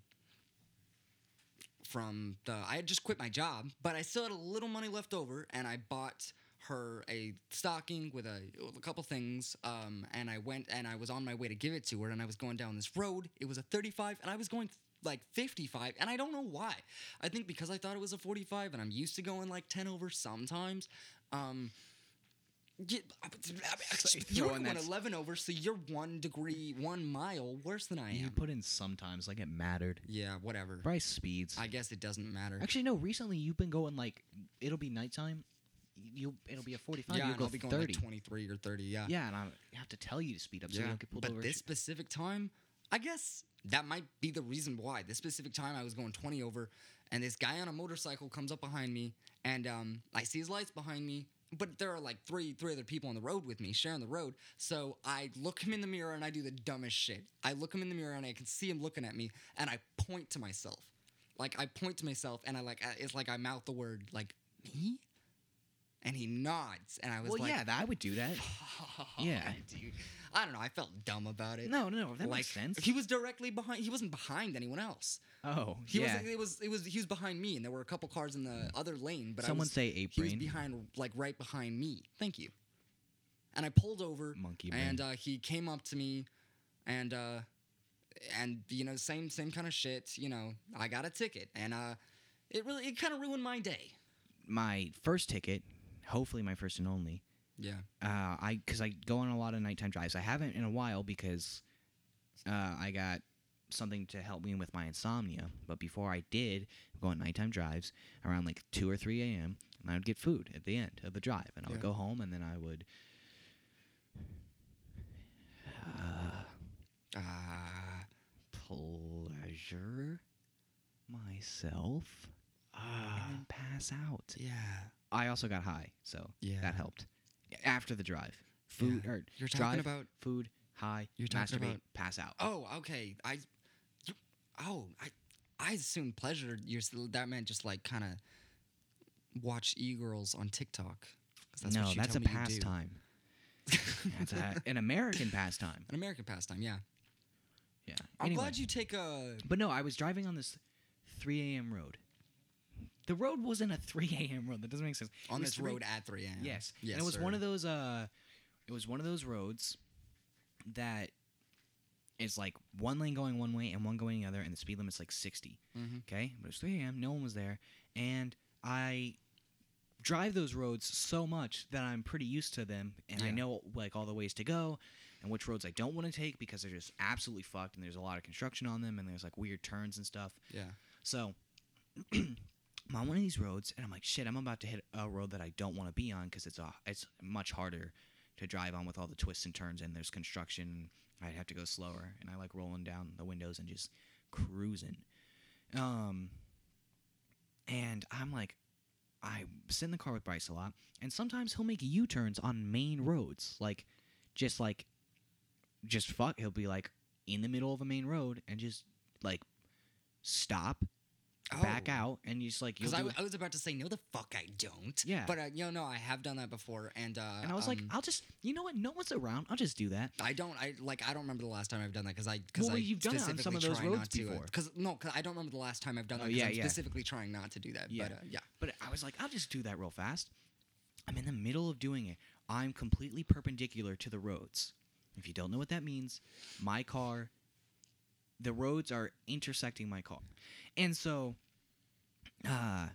Speaker 3: from the I had just quit my job, but I still had a little money left over and I bought her a stocking with a, with a couple things um and I went and I was on my way to give it to her and I was going down this road. It was a 35 and I was going like 55, and I don't know why. I think because I thought it was a 45, and I'm used to going like 10 over sometimes. Um, yeah, you were
Speaker 4: throwing
Speaker 3: going
Speaker 4: that-
Speaker 3: 11 over, so you're one degree, one mile worse than I
Speaker 4: You
Speaker 3: am.
Speaker 4: put in sometimes, like it mattered.
Speaker 3: yeah, whatever.
Speaker 4: Bryce speeds.
Speaker 3: I guess it doesn't matter.
Speaker 4: Actually, no. Recently, you've been going like it'll be nighttime. You it'll be a forty-five.
Speaker 3: yeah,
Speaker 4: you'll
Speaker 3: and
Speaker 4: go
Speaker 3: I'll be going
Speaker 4: thirty.
Speaker 3: like 23 or 30. Yeah.
Speaker 4: yeah, and I have to tell you to speed up so you don't get pulled
Speaker 3: but
Speaker 4: over.
Speaker 3: this specific time, I guess that might be the reason why. This specific time, I was going 20 over, and this guy on a motorcycle comes up behind me, and um, I see his lights behind me. But there are like three three other people on the road with me, sharing the road. So I look him in the mirror and I do the dumbest shit. I look him in the mirror and I can see him looking at me, and I point to myself, like I point to myself, and I like I- it's like I mouth the word like me, and he nods, and I was
Speaker 4: well,
Speaker 3: like,
Speaker 4: yeah, that- I would do that. Yeah.
Speaker 3: dude. I don't know. I felt dumb about it.
Speaker 4: No, no, no, that
Speaker 3: like,
Speaker 4: makes sense.
Speaker 3: He was directly behind. He wasn't behind anyone else.
Speaker 4: oh,
Speaker 3: He
Speaker 4: yeah.
Speaker 3: was. It was. It was. He was behind me, and there were a couple cars in the other lane. But I
Speaker 4: Someone
Speaker 3: was,
Speaker 4: say ape
Speaker 3: He was
Speaker 4: brain.
Speaker 3: behind, like right behind me. Thank you. And I pulled over.
Speaker 4: Monkey brain.
Speaker 3: And uh, he came up to me, and uh, and you know, same same kind of shit. You know, I got a ticket, and uh, it really it kind of ruined my day.
Speaker 4: my first ticket, hopefully my first and only.
Speaker 3: Yeah.
Speaker 4: Uh, I because I go on a lot of nighttime drives. I haven't in a while because uh, I got something to help me with my insomnia. But before I did go on nighttime drives around like two or three a.m. and I would get food at the end of the drive, and I would
Speaker 3: Yeah.
Speaker 4: go home, and then I would uh,
Speaker 3: Ah.
Speaker 4: pleasure myself
Speaker 3: Ah.
Speaker 4: and then pass out.
Speaker 3: yeah.
Speaker 4: I also got high, so
Speaker 3: Yeah.
Speaker 4: that helped. After the drive, food
Speaker 3: Yeah.
Speaker 4: or
Speaker 3: You're
Speaker 4: drive,
Speaker 3: talking about-
Speaker 4: food, high,
Speaker 3: You're talking
Speaker 4: masturbate,
Speaker 3: about-
Speaker 4: pass out.
Speaker 3: Oh, okay. I, you, oh, I, I assumed pleasure. You're s- that meant just like kind of watch e girls on TikTok. 'cause
Speaker 4: no,
Speaker 3: what you
Speaker 4: that's
Speaker 3: tell
Speaker 4: a
Speaker 3: me you do.
Speaker 4: pastime. that's a, an American pastime.
Speaker 3: An American pastime. Yeah.
Speaker 4: Yeah.
Speaker 3: I'm
Speaker 4: Anyway.
Speaker 3: glad you take uh, a.
Speaker 4: But no, I was driving on this 3 a.m. road. The road wasn't a 3 a.m. road. That doesn't make sense. It
Speaker 3: On
Speaker 4: was
Speaker 3: this
Speaker 4: 3
Speaker 3: road at 3 a.m.
Speaker 4: Yes.
Speaker 3: Yes.
Speaker 4: and it was
Speaker 3: sir.
Speaker 4: one of those uh it was one of those roads that is like one lane going one way and one going the other and the speed limit's like 60.
Speaker 3: Mhm.
Speaker 4: Okay? But it was 3 a.m. No one was there and I drive those roads so much that I'm pretty used to them and I
Speaker 3: Yeah.
Speaker 4: know like all the ways to go and which roads I don't want to take because they're just absolutely fucked and there's a lot of construction on them and there's like weird turns and stuff.
Speaker 3: Yeah.
Speaker 4: So I'm on one of these roads, and I'm like, shit, I'm about to hit a road that I don't want to be on because it's a, it's much harder to drive on with all the twists and turns, and there's construction. I'd have to go slower, and I like rolling down the windows and just cruising. Um, and I'm like, I sit in the car with Bryce a lot, and sometimes he'll make U turns on main roads, like just like just fuck. He'll be like in the middle of a main road and just like stop back
Speaker 3: Oh.
Speaker 4: out and you just like you'll
Speaker 3: Because I,
Speaker 4: do
Speaker 3: w- I was about to say no, the fuck I don't.
Speaker 4: Yeah.
Speaker 3: But uh, you know, no, I have done that before, and uh,
Speaker 4: and I was like,
Speaker 3: um,
Speaker 4: I'll just you know what, no one's around, I'll just do that.
Speaker 3: I don't. I like. I don't remember the last time I've done that because I because
Speaker 4: Well,
Speaker 3: I
Speaker 4: you've done it on
Speaker 3: specifically
Speaker 4: some of those
Speaker 3: try
Speaker 4: roads
Speaker 3: not to, uh,
Speaker 4: before.
Speaker 3: 'cause- no, 'cause I don't remember the last time I've done
Speaker 4: Oh,
Speaker 3: that. 'cause
Speaker 4: yeah,
Speaker 3: I'm
Speaker 4: yeah.
Speaker 3: specifically trying not to do that.
Speaker 4: Yeah.
Speaker 3: But uh, yeah.
Speaker 4: But I was like, I'll just do that real fast. I'm in the middle of doing it. I'm completely perpendicular to the roads. If you don't know what that means, my car the roads are intersecting my car. And so uh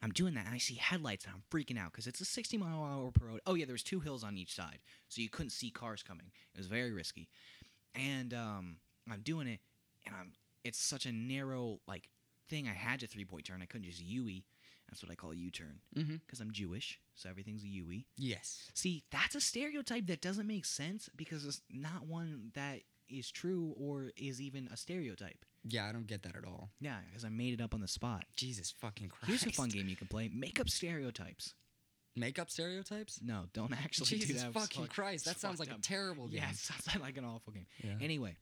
Speaker 4: I'm doing that and I see headlights and I'm freaking out because it's a 60 mile an hour per road. Oh yeah, there was two hills on each side, so you couldn't see cars coming. It was very risky. And um, I'm doing it, and I'm it's such a narrow like thing. I had to three point turn. I couldn't just UE. That's what I call a U turn
Speaker 3: Mm-hmm.
Speaker 4: because I'm Jewish, so everything's a UE.
Speaker 3: Yes.
Speaker 4: See, that's a stereotype that doesn't make sense because it's not one that is true or is even a stereotype.
Speaker 3: Yeah, I don't get that at all.
Speaker 4: Yeah, because I made it up on the spot.
Speaker 3: Jesus fucking Christ.
Speaker 4: Here's a fun game you can play: make up stereotypes.
Speaker 3: Make up stereotypes?
Speaker 4: No, don't actually do
Speaker 3: Jesus
Speaker 4: that. It's
Speaker 3: fucking
Speaker 4: fuck-
Speaker 3: Christ. That
Speaker 4: it's
Speaker 3: sounds like
Speaker 4: fucked
Speaker 3: a
Speaker 4: up.
Speaker 3: terrible game.
Speaker 4: Yeah, it sounds like an awful game.
Speaker 3: Yeah.
Speaker 4: Anyway,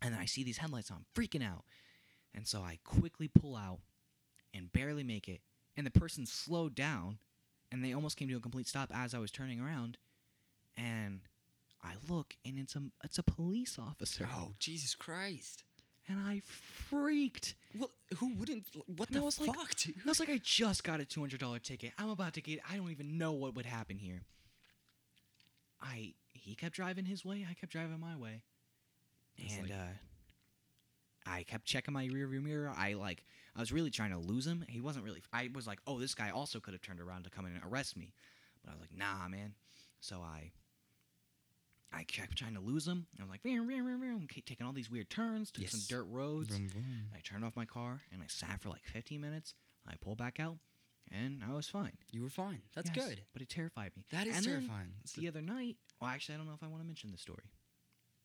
Speaker 4: and then I see these headlights on, freaking out. And so I quickly pull out and barely make it. And the person slowed down and they almost came to a complete stop as I was turning around. And I look and it's a, it's a police officer.
Speaker 3: Oh, Jesus Christ.
Speaker 4: And I freaked.
Speaker 3: Well, who wouldn't? What
Speaker 4: And I
Speaker 3: the
Speaker 4: was like-
Speaker 3: fuck, dude?
Speaker 4: I was like, I just got a $200 ticket. I'm about to get, I don't even know what would happen here. I, he kept driving his way. I kept driving my way.
Speaker 3: It's
Speaker 4: and,
Speaker 3: like-
Speaker 4: uh, I kept checking my rearview mirror. I like I was really trying to lose him. He wasn't really. I was like, oh, this guy also could have turned around to come in and arrest me, but I was like, nah, man. So I I kept trying to lose him. I was like, "Meow, meow, meow, meow," keep taking all these weird turns, took some
Speaker 5: Yes.
Speaker 4: dirt roads.
Speaker 5: Vroom, vroom.
Speaker 4: I turned off my car and I sat for like 15 minutes. I pulled back out and I was fine.
Speaker 5: You were fine. That's
Speaker 4: Yes,
Speaker 5: good.
Speaker 4: But it terrified me.
Speaker 5: That is
Speaker 4: And then
Speaker 5: terrifying. That's
Speaker 4: The
Speaker 5: the-
Speaker 4: other night, well, actually, I don't know if I want to mention this story.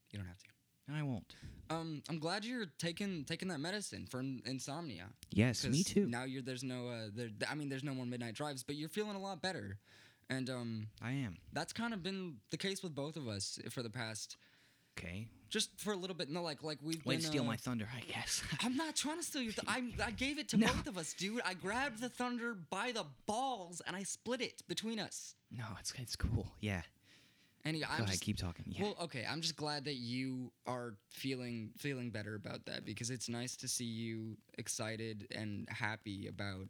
Speaker 5: you don't have to.
Speaker 4: And I won't.
Speaker 3: Um, I'm glad you're taking taking that medicine for in- insomnia.
Speaker 4: Yes,
Speaker 3: 'cause Now you're there's no uh there I mean there's no more midnight drives, but you're feeling a lot better, and um
Speaker 4: I am.
Speaker 3: that's kind of been the case with both of us for the past
Speaker 4: Okay.
Speaker 3: just for a little bit. No, like like we've
Speaker 4: Way
Speaker 3: been,
Speaker 4: to steal
Speaker 3: uh,
Speaker 4: my thunder, I guess.
Speaker 3: I'm not trying to steal your. Th- I'm, I gave it to both of us, dude. I grabbed the thunder by the balls and I split it between us.
Speaker 4: no, it's it's cool. Yeah.
Speaker 3: Anyway,
Speaker 4: Go
Speaker 3: I'm
Speaker 4: ahead,
Speaker 3: just,
Speaker 4: keep talking. Yeah.
Speaker 3: Well, okay. I'm just glad that you are feeling feeling better about that because it's nice to see you excited and happy about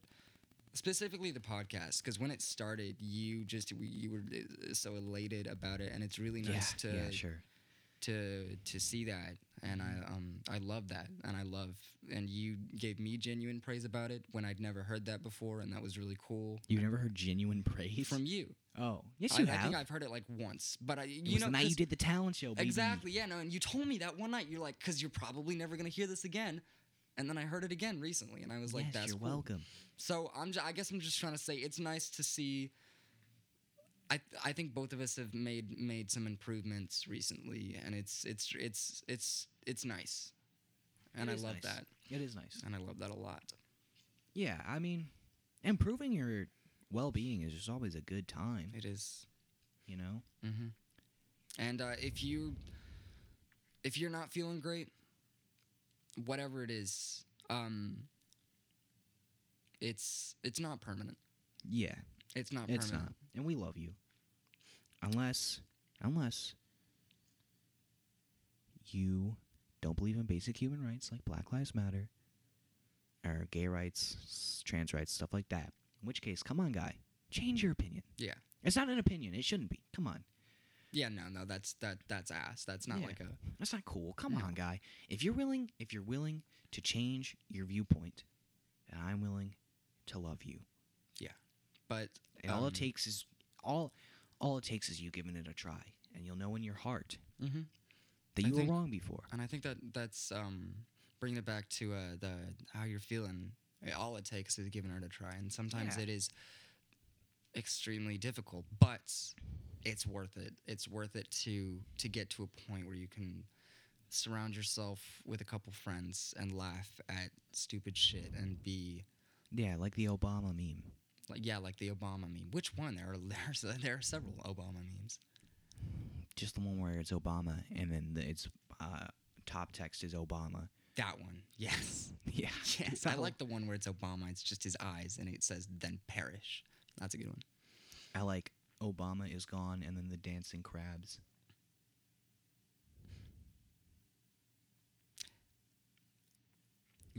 Speaker 3: specifically the podcast. Because when it started, you just you were uh, so elated about it, and it's really
Speaker 4: yeah,
Speaker 3: nice to
Speaker 4: yeah, sure. Mm-hmm.
Speaker 3: to to see that and I um I love that and I love and you gave me genuine praise about it when I'd never heard that before and that was really cool
Speaker 4: You've never heard genuine praise?
Speaker 3: from you.
Speaker 4: oh, yes,
Speaker 3: I,
Speaker 4: you
Speaker 3: I
Speaker 4: have.
Speaker 3: think I've heard it like once, but I
Speaker 4: It
Speaker 3: you
Speaker 4: was
Speaker 3: know
Speaker 4: the night you
Speaker 3: 'cause-
Speaker 4: did the talent show. baby.
Speaker 3: exactly yeah no and you told me that one night you're like because you're probably never gonna hear this again. And then I heard it again recently, and I was like,
Speaker 4: yes,
Speaker 3: "That's
Speaker 4: you're
Speaker 3: cool."
Speaker 4: welcome.
Speaker 3: So I'm. Ju- I guess I'm just trying to say it's nice to see. I I think both of us have made made some improvements recently, and it's it's it's it's it's nice, and
Speaker 4: It
Speaker 3: I
Speaker 4: is
Speaker 3: love
Speaker 4: nice.
Speaker 3: that,
Speaker 4: It is nice.
Speaker 3: and I love that a lot.
Speaker 4: Yeah, I mean, improving your well-being is just always a good time,
Speaker 3: It is.
Speaker 4: you know.
Speaker 3: Mm-hmm. And uh, if you if you're not feeling great, whatever it is, um, it's it's not permanent.
Speaker 4: Yeah,
Speaker 3: It's not. Permanent.
Speaker 4: it's not, and we love you, unless, unless you don't believe in basic human rights like Black Lives Matter, or gay rights, s- trans rights, stuff like that. In which case, come on, guy, change your opinion.
Speaker 3: Yeah.
Speaker 4: it's not an opinion. It shouldn't be. Come on.
Speaker 3: Yeah, no, no, that's that that's ass. That's not
Speaker 4: Yeah.
Speaker 3: like a
Speaker 4: That's not cool. Come
Speaker 3: No.
Speaker 4: on, guy. If you're willing, if you're willing to change your viewpoint, then I'm willing to love you.
Speaker 3: but
Speaker 4: And all
Speaker 3: Um,
Speaker 4: it takes is all all it takes is you giving it a try, and you'll know in your heart
Speaker 3: Mhm.
Speaker 4: that
Speaker 3: I
Speaker 4: you were
Speaker 3: think-
Speaker 4: wrong before.
Speaker 3: and I think that that's um bringing it back to uh the how you're feeling. Uh, All it takes is giving it a try, and sometimes
Speaker 4: Yeah.
Speaker 3: it is extremely difficult, but it's worth it. It's worth it to to get to a point where you can surround yourself with a couple friends and laugh at stupid shit and be
Speaker 4: Yeah, like the Obama meme.
Speaker 3: like yeah, like the Obama meme. Which one? There are there's there are several Obama memes.
Speaker 4: Just the one where it's Obama, and then the, it's uh, top text is Obama.
Speaker 3: That one, yes.
Speaker 4: Yeah,
Speaker 3: Yes, I like the one where it's Obama. It's just his eyes, and it says "Then perish." That's a good one.
Speaker 4: I like Obama is gone, and then the dancing crabs.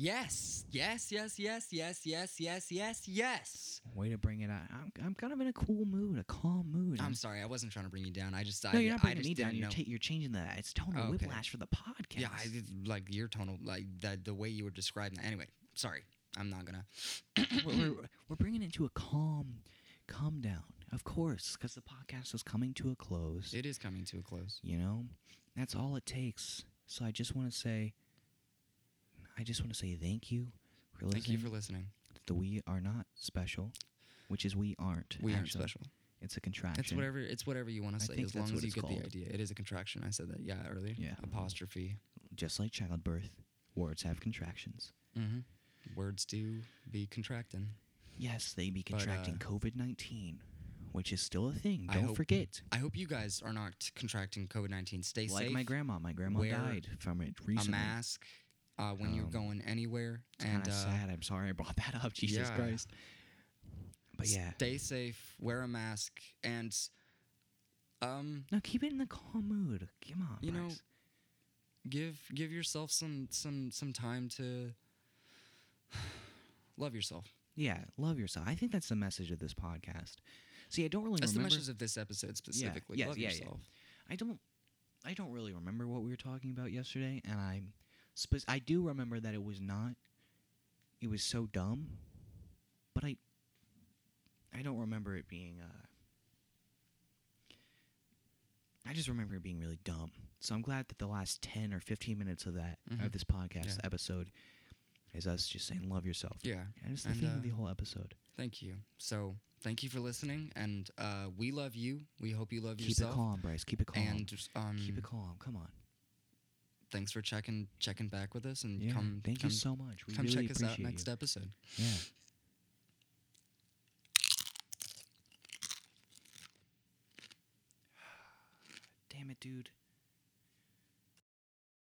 Speaker 3: Yes, yes, yes, yes, yes, yes, yes, yes, yes.
Speaker 4: Way to bring it out. I'm, I'm kind of in a cool mood, a calm mood.
Speaker 3: I'm sorry, I wasn't trying to bring you down. I just,
Speaker 4: No,
Speaker 3: I,
Speaker 4: you're not
Speaker 3: I
Speaker 4: bringing
Speaker 3: just
Speaker 4: me down.
Speaker 3: didn't
Speaker 4: You're,
Speaker 3: know. Oh,
Speaker 4: ta- you're changing the it's tonal
Speaker 3: Okay.
Speaker 4: whiplash for the podcast.
Speaker 3: yeah, I did- like your tonal, like the the way you were describing. That. Anyway, sorry, I'm not gonna.
Speaker 4: we're, we're, we're bringing it to a calm, calm down. Of course, because the podcast is coming to a close.
Speaker 3: It is coming to a close.
Speaker 4: you know, that's all it takes. So I just want to say, I just want to say thank you for listening.
Speaker 3: Thank you for listening.
Speaker 4: the we are not special, which is we aren't.
Speaker 3: We aren't
Speaker 4: actually.
Speaker 3: special.
Speaker 4: It's a contraction.
Speaker 3: It's whatever. It's whatever you want
Speaker 4: I
Speaker 3: to say,
Speaker 4: think
Speaker 3: as
Speaker 4: that's
Speaker 3: long
Speaker 4: what
Speaker 3: as you
Speaker 4: it's
Speaker 3: get
Speaker 4: called.
Speaker 3: the idea. It is a contraction. I said that. Yeah, earlier.
Speaker 4: Yeah.
Speaker 3: Apostrophe.
Speaker 4: Just like childbirth, words have contractions.
Speaker 3: Mm-hmm. Words do be contracting.
Speaker 4: Yes, they be
Speaker 3: But, uh,
Speaker 4: contracting COVID nineteen, which is still a thing.
Speaker 3: I
Speaker 4: Don't
Speaker 3: hope-
Speaker 4: forget.
Speaker 3: I hope you guys are not contracting COVID nineteen. Stay
Speaker 4: like
Speaker 3: safe.
Speaker 4: my grandma. My grandma
Speaker 3: Wear
Speaker 4: died from it
Speaker 3: a
Speaker 4: recently.
Speaker 3: mask uh, when you're
Speaker 4: Um,
Speaker 3: going anywhere,
Speaker 4: Kind
Speaker 3: and
Speaker 4: of
Speaker 3: uh,
Speaker 4: sad. I'm sorry I brought that up. Jesus
Speaker 3: yeah.
Speaker 4: Christ. But yeah,
Speaker 3: stay safe. Wear a mask, and um,
Speaker 4: no, keep it in the calm mood. Come on,
Speaker 3: You know,
Speaker 4: Bryce.
Speaker 3: give give yourself some some some time to love yourself.
Speaker 4: Yeah, love yourself. I think that's the message of this podcast. See, I don't really
Speaker 3: That's
Speaker 4: remember.
Speaker 3: the message of this episode specifically.
Speaker 4: yes,
Speaker 3: love
Speaker 4: yeah, yeah.
Speaker 3: yourself.
Speaker 4: I don't. I don't really remember what we were talking about yesterday, and I'm Spe- I do remember that it was not. It was so dumb, but I. I don't remember it being. Uh, I just remember it being really dumb. So I'm glad that the last ten or fifteen minutes of that
Speaker 3: Mhm.
Speaker 4: of this podcast
Speaker 3: Yeah.
Speaker 4: episode is us just saying love yourself.
Speaker 3: Yeah.
Speaker 4: And it's the
Speaker 3: And,
Speaker 4: theme
Speaker 3: uh,
Speaker 4: of the whole episode.
Speaker 3: Thank you. So thank you for listening, and uh, we love you. We hope you love
Speaker 4: Keep
Speaker 3: yourself.
Speaker 4: it calm, Bryce. Keep it calm.
Speaker 3: And just, um,
Speaker 4: Keep it calm. Come on.
Speaker 3: thanks for checking checking back with us, and
Speaker 4: Yeah.
Speaker 3: come
Speaker 4: Thank
Speaker 3: come,
Speaker 4: you so much. We
Speaker 3: come
Speaker 4: really
Speaker 3: check us
Speaker 4: appreciate
Speaker 3: out next
Speaker 4: you.
Speaker 3: episode.
Speaker 4: Yeah. Damn it, dude.